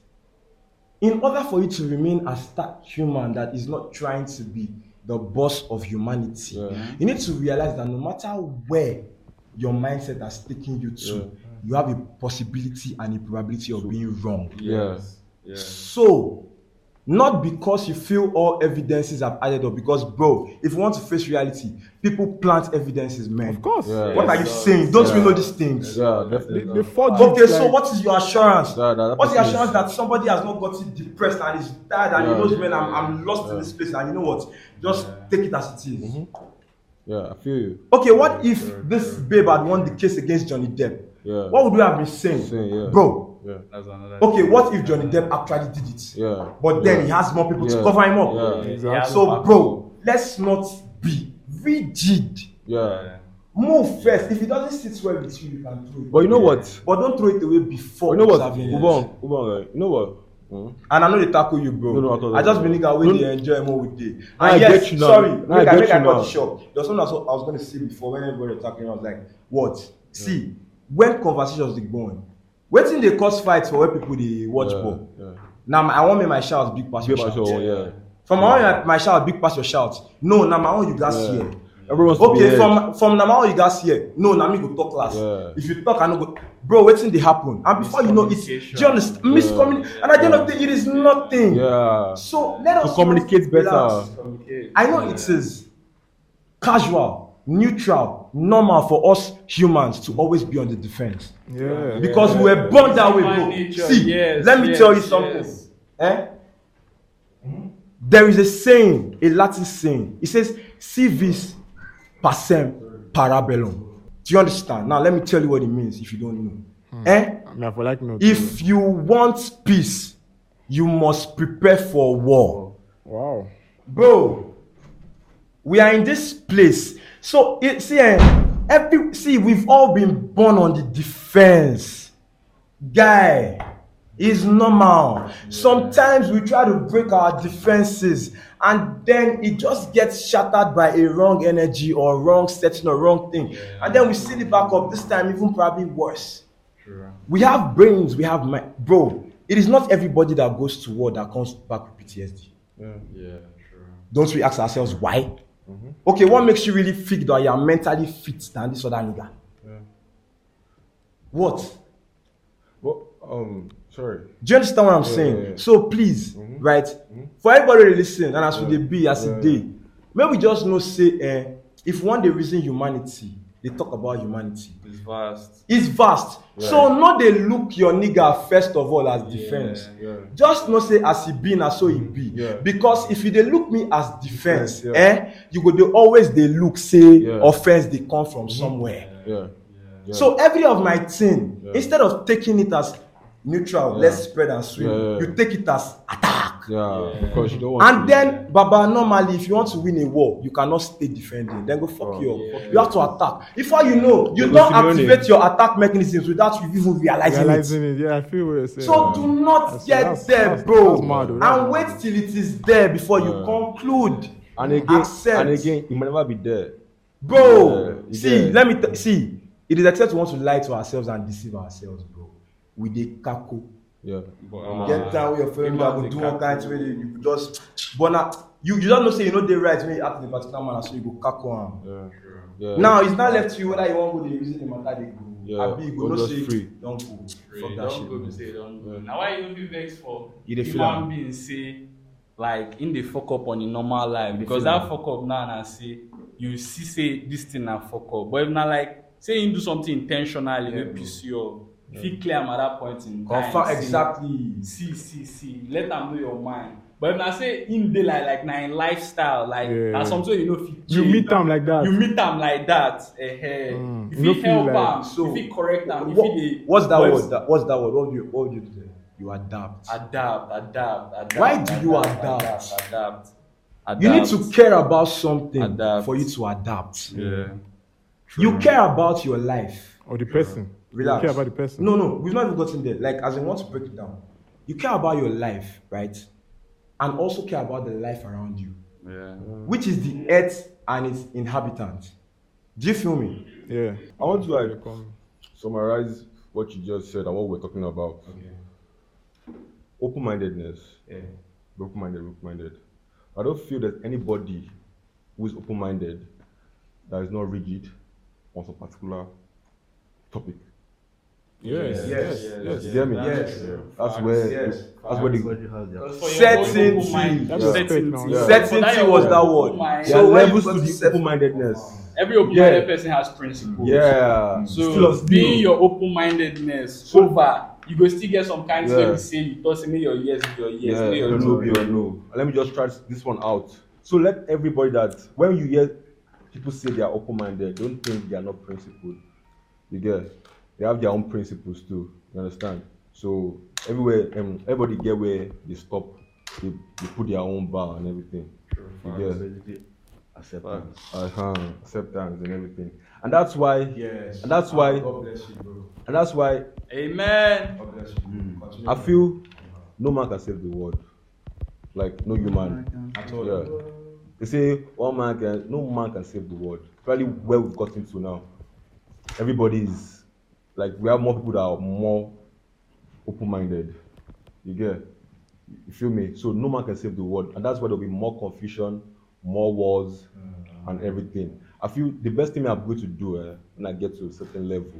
Speaker 2: In order for you to remain a stark human that is not trying to be the boss of humanity,
Speaker 4: Yeah.
Speaker 2: you need to realize that no matter where your mindset has taken you to,
Speaker 4: Yeah.
Speaker 2: you have a possibility and a probability of being wrong.
Speaker 4: Yes.
Speaker 2: So, not because you feel all evidences have added up, because, bro, if you want to face reality, people plant evidences, man.
Speaker 3: Of course.
Speaker 4: Yeah.
Speaker 2: What are you saying? Don't we know these things?
Speaker 4: Yeah,
Speaker 3: They,
Speaker 4: definitely.
Speaker 3: they forge it,
Speaker 2: Okay, so
Speaker 3: like-
Speaker 2: what is your assurance?
Speaker 4: That- that- that
Speaker 2: What's the
Speaker 4: person is-
Speaker 2: assurance that somebody has not gotten depressed and is tired and
Speaker 4: Yeah,
Speaker 2: he knows,
Speaker 4: yeah,
Speaker 2: man, I'm, I'm lost
Speaker 4: yeah. Mm-hmm.
Speaker 3: Mm-hmm.
Speaker 2: in this place and you know what? Just take it as it is.
Speaker 4: Yeah, I feel you.
Speaker 2: Okay, what if this babe had won the case against Johnny Depp?
Speaker 4: Yeah.
Speaker 2: What would you have been saying?
Speaker 4: Saying, yeah.
Speaker 2: Bro,
Speaker 4: Yeah.
Speaker 5: That's another.
Speaker 2: okay, what if Johnny Depp actually did it?
Speaker 4: Yeah.
Speaker 2: But then he has more people to
Speaker 4: Yeah.
Speaker 2: cover him up.
Speaker 4: Yeah.
Speaker 5: Exactly.
Speaker 2: So, bro, let's not be rigid.
Speaker 4: Yeah.
Speaker 2: Move first. If it doesn't sit well with you, you can throw it.
Speaker 4: But you know what?
Speaker 2: But don't throw it away before
Speaker 4: But you know what?
Speaker 2: observing it.
Speaker 4: Ubon, Ubon, like, you know what? Hmm?
Speaker 2: And I know they tackle you, bro.
Speaker 4: No, no, I thought-
Speaker 2: I just been nigga
Speaker 4: No,
Speaker 2: when
Speaker 4: no.
Speaker 2: they enjoy more with day.
Speaker 4: Now
Speaker 2: And
Speaker 4: I
Speaker 2: yes,
Speaker 4: get you now.
Speaker 2: sorry,
Speaker 4: Now I
Speaker 2: make I,
Speaker 4: get
Speaker 2: make
Speaker 4: you
Speaker 2: I
Speaker 4: now.
Speaker 2: cut it short. There's something I, saw, I was going to say before when everybody was talking. I was like, what? See, when conversations they go on, waiting they cause fights for where people they watch
Speaker 4: Yeah,
Speaker 2: ball.
Speaker 4: yeah.
Speaker 2: Now I want me my shout big pass your
Speaker 4: Big pass
Speaker 2: shout.
Speaker 4: your own, yeah.
Speaker 2: From my own my shout big pass your shout. No, now my own you guys
Speaker 4: Yeah.
Speaker 2: here.
Speaker 4: Everyone's
Speaker 2: okay from from na how you guys here no na me go talk last
Speaker 4: Yeah.
Speaker 2: if you talk i no go bro wetin dey happen and before you know it do you understand
Speaker 4: Yeah.
Speaker 2: miscommunication and at the end of the day it is nothing
Speaker 4: Yeah.
Speaker 2: so let us
Speaker 4: To communicate better.
Speaker 2: relax. i know it is casual neutral normal for us humans to always be on the defence
Speaker 3: Yeah.
Speaker 2: because we were born that way bro
Speaker 1: Human nature,
Speaker 2: see
Speaker 1: yes,
Speaker 2: let me
Speaker 1: yes,
Speaker 2: tell you something
Speaker 1: yes.
Speaker 2: eh? there is a saying a latin saying it says si vis pacem parabellum do you understand now let me tell you what it means if you don't know
Speaker 1: Hmm.
Speaker 2: eh?
Speaker 3: Now for like no.
Speaker 2: if you want peace you must prepare for war.
Speaker 3: Wow.
Speaker 2: bro we are in this place so it, see eh, every see we've all been born on the defense guy it's normal yeah. sometimes we try to break our defenses and then it just gets shattered by a wrong energy or wrong setting or wrong thing yeah. and then we seal it back up this time even probably worse we have brains we have mind bro it is not everybody that goes to war that comes back with ptsd
Speaker 1: Yeah, true.
Speaker 2: don't we ask ourselves why? Okay, what makes you really fit that you are mentally fit than this other nigga? What?
Speaker 4: Well, um, sorry.
Speaker 2: Do you understand what I'm saying?
Speaker 4: yeah, yeah.
Speaker 2: So please, right? For everybody to listen and as we they be, as
Speaker 4: Yeah.
Speaker 2: it they, may we just know say, eh, if one day reason humanity, they talk about humanity.
Speaker 5: It's vast.
Speaker 2: It's vast. So no they look your nigga first of all as defense.
Speaker 4: Yeah.
Speaker 2: just no say as e be na so e be
Speaker 4: Yeah.
Speaker 2: because if you dey look me as defence
Speaker 4: Yeah.
Speaker 2: eh you go dey always dey look say
Speaker 4: Yeah.
Speaker 2: offence dey come from somewhere
Speaker 4: Yeah. Yeah.
Speaker 2: so every of my thing
Speaker 4: Yeah.
Speaker 2: instead of taking it as neutral
Speaker 4: Yeah.
Speaker 2: let's spread and swim
Speaker 4: Yeah, yeah.
Speaker 2: you take it as attack
Speaker 4: Yeah. Because you don't want.
Speaker 2: and
Speaker 4: to,
Speaker 2: then baba normally if you want to win a war you cannot stay defending dem go fuck
Speaker 4: Oh,
Speaker 2: you up you have to attack before you know you
Speaker 4: They go
Speaker 2: don
Speaker 4: Simeone.
Speaker 2: activate your attack mechanisms without you even realising it.
Speaker 3: Realizing it. Yeah, I feel what you're saying.
Speaker 2: So do not
Speaker 3: That's-
Speaker 2: get
Speaker 3: that's-
Speaker 2: there,
Speaker 3: that's-
Speaker 2: bro.
Speaker 3: that's mad, oh,
Speaker 2: and
Speaker 3: that's-
Speaker 2: wait till it is there before you
Speaker 4: Yeah.
Speaker 2: conclude.
Speaker 4: And again,
Speaker 2: accept.
Speaker 4: and again, you might never be there.
Speaker 2: bro.
Speaker 4: Yeah, you
Speaker 2: see,
Speaker 4: get-
Speaker 2: let me t- see. It is except we want to lie to ourselves and deceive ourselves, bro. We dey cackle.
Speaker 4: Yeah.
Speaker 1: uh,
Speaker 2: Get down with your friend, I go
Speaker 1: dey
Speaker 2: do one
Speaker 1: cackle.
Speaker 2: kind of thing. You go just, but now you you don't know say you know they right when you act in a particular manner, so you go cackle am.
Speaker 4: Yeah. Yeah.
Speaker 2: Now it's not left to you whether you want go dey reason the matter dey go.
Speaker 4: Yeah,
Speaker 2: Abi you go
Speaker 4: or
Speaker 2: know
Speaker 4: just
Speaker 2: say
Speaker 4: free.
Speaker 2: don go. Fuck
Speaker 1: Pray,
Speaker 2: that
Speaker 1: don't
Speaker 2: shit.
Speaker 1: go
Speaker 2: man.
Speaker 1: be say don't go. Na why you no fit vex for
Speaker 2: You dey feel am?
Speaker 1: human being say like im dey fuck up on im normal life because that fuck up now na say you see say this thing na fuck up but if na like say im do something intentionally wey piss you off you fit clear am at that point in time
Speaker 2: Confirm
Speaker 1: say,
Speaker 2: exactly.
Speaker 1: see see see let am know your mind but if na say im dey like like na im lifestyle like
Speaker 3: Yeah.
Speaker 1: na something you no fit
Speaker 3: You
Speaker 1: change.
Speaker 3: meet am like that.
Speaker 1: you meet am like that eh
Speaker 3: Mm.
Speaker 1: you
Speaker 3: You no
Speaker 1: fit
Speaker 3: feel
Speaker 1: help
Speaker 3: like-
Speaker 1: am
Speaker 2: so-
Speaker 1: you fit correct am you
Speaker 2: What-
Speaker 1: fit dey
Speaker 2: what's that
Speaker 1: but-
Speaker 2: word? That, what's that word? What do you what do you do? You adapt.
Speaker 1: adapt adapt adapt
Speaker 2: Why do you adapt?
Speaker 1: adapt adapt, adapt.
Speaker 2: You need to care about something
Speaker 1: Adapt.
Speaker 2: for you to adapt.
Speaker 1: yeah.
Speaker 2: You care about your life.
Speaker 3: Or the person.
Speaker 2: Relax.
Speaker 3: You care about the person.
Speaker 2: No, no, we've not even gotten there. Like, as I want to break it down, you care about your life, right? And also care about the life around you,
Speaker 1: yeah
Speaker 2: which is the earth and its inhabitants. Do you feel me?
Speaker 3: Yeah.
Speaker 4: I want to like
Speaker 3: Come.
Speaker 4: summarize what you just said and what we're talking about. Open-mindedness. Yeah. Open-minded. Open-minded. I don't feel that anybody who is open-minded that is not rigid on some particular topic.
Speaker 3: Yes.
Speaker 2: Yes.
Speaker 4: Yes. You hear me?
Speaker 2: Yes.
Speaker 4: That's where.
Speaker 2: Yes.
Speaker 4: That's where the
Speaker 6: Everybody has their.
Speaker 2: Certainty.
Speaker 3: That's
Speaker 1: yeah.
Speaker 3: respect now,
Speaker 1: certainty
Speaker 3: yeah.
Speaker 2: Certainty was that word.
Speaker 1: Open-minded.
Speaker 4: There are
Speaker 2: So when you
Speaker 4: levels
Speaker 2: go
Speaker 4: to
Speaker 2: to
Speaker 4: the
Speaker 2: self-
Speaker 4: open-mindedness.
Speaker 1: every open-minded
Speaker 4: Yeah.
Speaker 1: person has principles
Speaker 4: Yeah.
Speaker 1: so being your open-mindedness so, over you go still get some kind yeah.
Speaker 4: Yeah.
Speaker 1: service say you talk say make your yes be your yes
Speaker 4: yeah,
Speaker 1: make
Speaker 4: you
Speaker 1: your
Speaker 4: know,
Speaker 1: no
Speaker 4: you know. Let me just try this one out. So let everybody that when you hear people say they are open-minded don't think they are not principled you get they have their own principles too you understand so everywhere um, everybody get where they stop they, they put their own bar and everything you
Speaker 6: Yeah.
Speaker 4: get
Speaker 6: Basically, acceptance.
Speaker 4: uh-huh. acceptance and everything and that's why
Speaker 2: Yes. Uh,
Speaker 4: And that's why-
Speaker 2: God bless you, bro.
Speaker 4: and that's why
Speaker 1: Amen.
Speaker 2: God bless you. Continue.
Speaker 4: i feel no man can save the world like no human
Speaker 2: At all.
Speaker 4: yeah. They say one man can, no man can save the world. Probably where we've gotten to now. Everybody is like we have more people that are more open-minded. You get? You feel me? So no man can save the world, and that's why there'll be more confusion, more wars, and everything. I feel the best thing I'm going to do eh, when I get to a certain level,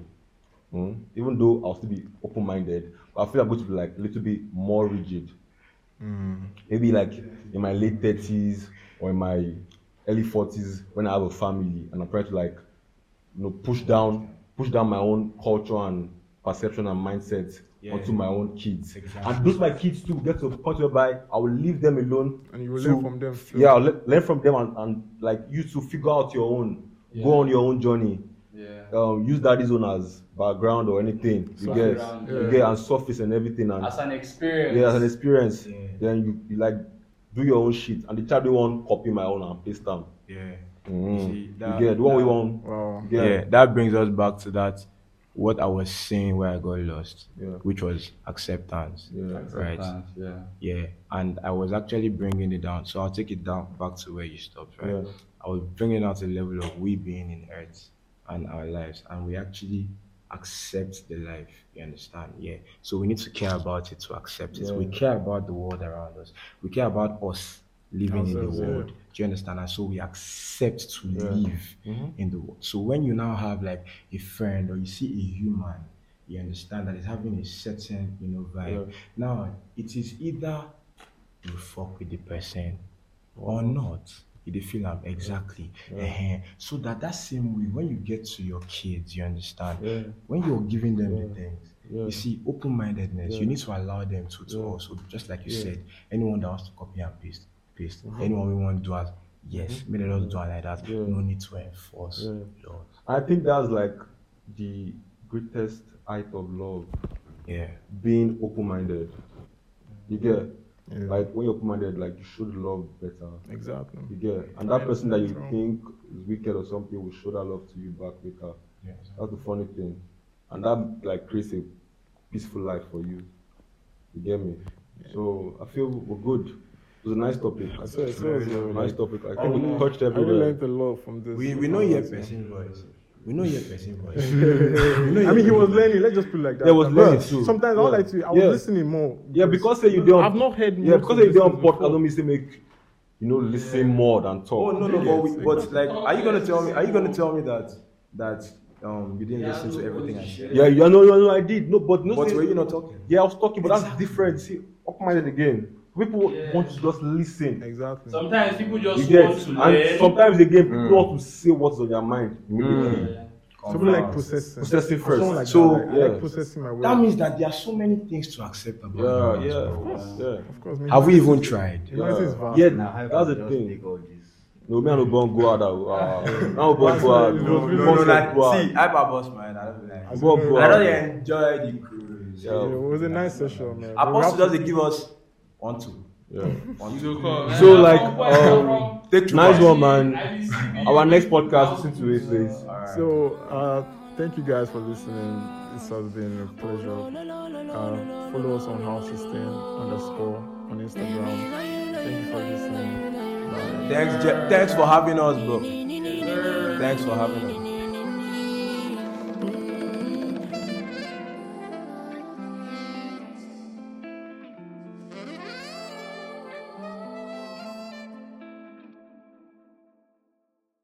Speaker 4: mm, even though I'll still be open-minded, but I feel I'm going to be like a little bit more rigid
Speaker 3: Hmm.
Speaker 4: maybe like in my late thirties or in my early forties when I have a family and I'm trying to like you know push down push down my own culture and perception and mindset
Speaker 2: Yeah.
Speaker 4: onto my own kids.
Speaker 2: Exactly.
Speaker 4: And those my kids too get to a point whereby I will leave them alone.
Speaker 3: And you will
Speaker 4: to-
Speaker 3: learn from them too.
Speaker 4: Yeah, I'll le- learn from them and, and like you to figure out your own, go on your own journey.
Speaker 1: Yeah.
Speaker 4: Um, use daddy's own as background or anything. You get,
Speaker 1: Background,
Speaker 4: you
Speaker 3: yeah.
Speaker 4: get, and surface and everything. And
Speaker 1: As an experience.
Speaker 4: yeah, as an experience.
Speaker 2: Yeah.
Speaker 4: Then you, you like do your own shit, and the child they want copy my own and paste them.
Speaker 2: Yeah.
Speaker 4: Mm.
Speaker 2: see,
Speaker 4: You
Speaker 2: that-
Speaker 4: get the one we
Speaker 2: that-
Speaker 4: want.
Speaker 3: Wow.
Speaker 4: Yeah.
Speaker 2: yeah. that brings us back to that what i was saying where i got lost
Speaker 4: Yeah.
Speaker 2: which was acceptance
Speaker 4: Yeah.
Speaker 2: right
Speaker 1: Acceptance, Yeah.
Speaker 2: yeah and i was actually bringing it down so i'll take it down back to where you stopped right
Speaker 4: Yeah.
Speaker 2: i was bringing out the level of we being in earth and our lives and we actually accept the life you understand yeah so we need to care about it to accept it we
Speaker 4: Yeah.
Speaker 2: care about the world around us we care about us living
Speaker 3: Ourselves,
Speaker 2: in the
Speaker 3: yeah.
Speaker 2: world do you understand and so we accept to
Speaker 4: Yeah.
Speaker 2: live
Speaker 4: Mhm.
Speaker 2: in the world. So when you now have like a friend or you see a human, you understand that it's having a certain you know vibe.
Speaker 4: Yeah.
Speaker 2: Now it is either you fuck with the person or not. You dey feel am exactly. Ehen. So that that same way when you get to your kids, you understand.
Speaker 4: Yeah.
Speaker 2: When you're giving them the
Speaker 4: Yeah.
Speaker 2: things,
Speaker 4: Yeah.
Speaker 2: you see open-mindedness. You
Speaker 4: Yeah.
Speaker 2: need to allow them to, to
Speaker 4: Yeah.
Speaker 2: also just like you
Speaker 4: Yeah. Mm-hmm.
Speaker 2: said. Anyone that wants to copy and paste, paste. Anyone we want to do as yes, make us do am like that.
Speaker 4: Yeah.
Speaker 2: No need to enforce
Speaker 4: Yeah.
Speaker 2: laws.
Speaker 4: I think that's like the greatest height of love,
Speaker 2: Yeah.
Speaker 4: being open-minded. You get
Speaker 3: Yeah.
Speaker 4: like when you're open-minded, like you should love better.
Speaker 3: Exactly.
Speaker 4: You get, and that person that you
Speaker 3: True.
Speaker 4: think is wicked or something will show that love to you back later.
Speaker 2: Yeah.
Speaker 4: That's the funny thing, and that like creates a peaceful life for you. You get me? So I feel we're good. It was a nice topic. I
Speaker 3: So- so- so,
Speaker 4: nice
Speaker 3: like-
Speaker 4: topic. I
Speaker 3: I
Speaker 4: think we
Speaker 3: really-
Speaker 4: touched
Speaker 3: I really
Speaker 4: everywhere.
Speaker 3: learned a lot from this.
Speaker 2: We we know your person voice. We know your person voice. we know
Speaker 3: I
Speaker 2: your
Speaker 3: mean, he
Speaker 2: person
Speaker 3: was
Speaker 2: voice.
Speaker 3: learning. Let's just put it like that.
Speaker 4: There was
Speaker 3: But
Speaker 4: learning too.
Speaker 3: Sometimes I
Speaker 4: Yeah.
Speaker 3: would like to. I was
Speaker 4: Yeah.
Speaker 3: listening more.
Speaker 4: Yeah, because say you don't.
Speaker 3: I've not heard
Speaker 4: Yeah,
Speaker 3: most
Speaker 4: because
Speaker 3: of
Speaker 4: say you
Speaker 3: these
Speaker 4: don't
Speaker 3: things
Speaker 4: podcast. I don't mean say make you know listen more than
Speaker 2: Oh
Speaker 4: talk.
Speaker 2: no no, but we, but like, are you gonna tell me? Are you gonna tell me that that um you didn't
Speaker 1: Yeah,
Speaker 2: listen to
Speaker 1: no,
Speaker 2: everything I
Speaker 1: but-
Speaker 2: said?
Speaker 4: Yeah, yeah, no, no, no, I did. No, but no.
Speaker 2: But
Speaker 4: say-
Speaker 2: were you not talking?
Speaker 4: Yeah, I was talking, but that's different. See, open-minded again. People
Speaker 1: Yeah.
Speaker 4: want to just listen.
Speaker 3: Exactly.
Speaker 1: Sometimes people
Speaker 4: You
Speaker 1: just
Speaker 4: get,
Speaker 1: want to learn.
Speaker 4: and sometimes again, people want to say what's on their mind. immediately.
Speaker 1: Yeah.
Speaker 3: Something like processing.
Speaker 4: Processing first.
Speaker 3: Someone Like
Speaker 4: So,
Speaker 3: that, like, I
Speaker 4: yeah.
Speaker 3: like processing my words.
Speaker 2: That means that there are so many things to accept about.
Speaker 4: Yeah,
Speaker 2: humans,
Speaker 4: yeah,
Speaker 2: bro.
Speaker 4: yeah.
Speaker 3: Of course. me-
Speaker 2: Have we even tried?
Speaker 3: Yeah. Mine is vast.
Speaker 4: Yeah,
Speaker 6: Now, how
Speaker 4: that's
Speaker 6: can
Speaker 4: the
Speaker 6: just
Speaker 4: thing.
Speaker 6: Take all this?
Speaker 4: No, me and Obon go out. Uh, now Obon go out.
Speaker 3: No, no,
Speaker 4: Obon
Speaker 3: no,
Speaker 4: go out.
Speaker 2: I'm a boss man. I don't like.
Speaker 4: Obon go
Speaker 3: I
Speaker 4: out.
Speaker 2: enjoy the cruise.
Speaker 3: Yeah,
Speaker 4: Yeah.
Speaker 3: it was a nice session, man.
Speaker 2: Apostle doesn't give us one two.
Speaker 4: Yeah.
Speaker 2: One,
Speaker 1: You
Speaker 2: two.
Speaker 1: go come,
Speaker 4: So,
Speaker 1: man.
Speaker 4: like,
Speaker 1: From where I'm
Speaker 4: um,
Speaker 1: from,
Speaker 2: Take two.
Speaker 4: Nice
Speaker 1: I
Speaker 4: one,
Speaker 1: see-
Speaker 4: man.
Speaker 1: I see-
Speaker 4: Our next podcast, listen to it, please.
Speaker 3: So, uh, thank you guys for listening. This has been a pleasure. Uh, follow us on House Sustain underscore on Instagram. Thank you for listening. Bye.
Speaker 2: Thanks, Je- thanks for having us, bro. Thanks for having us.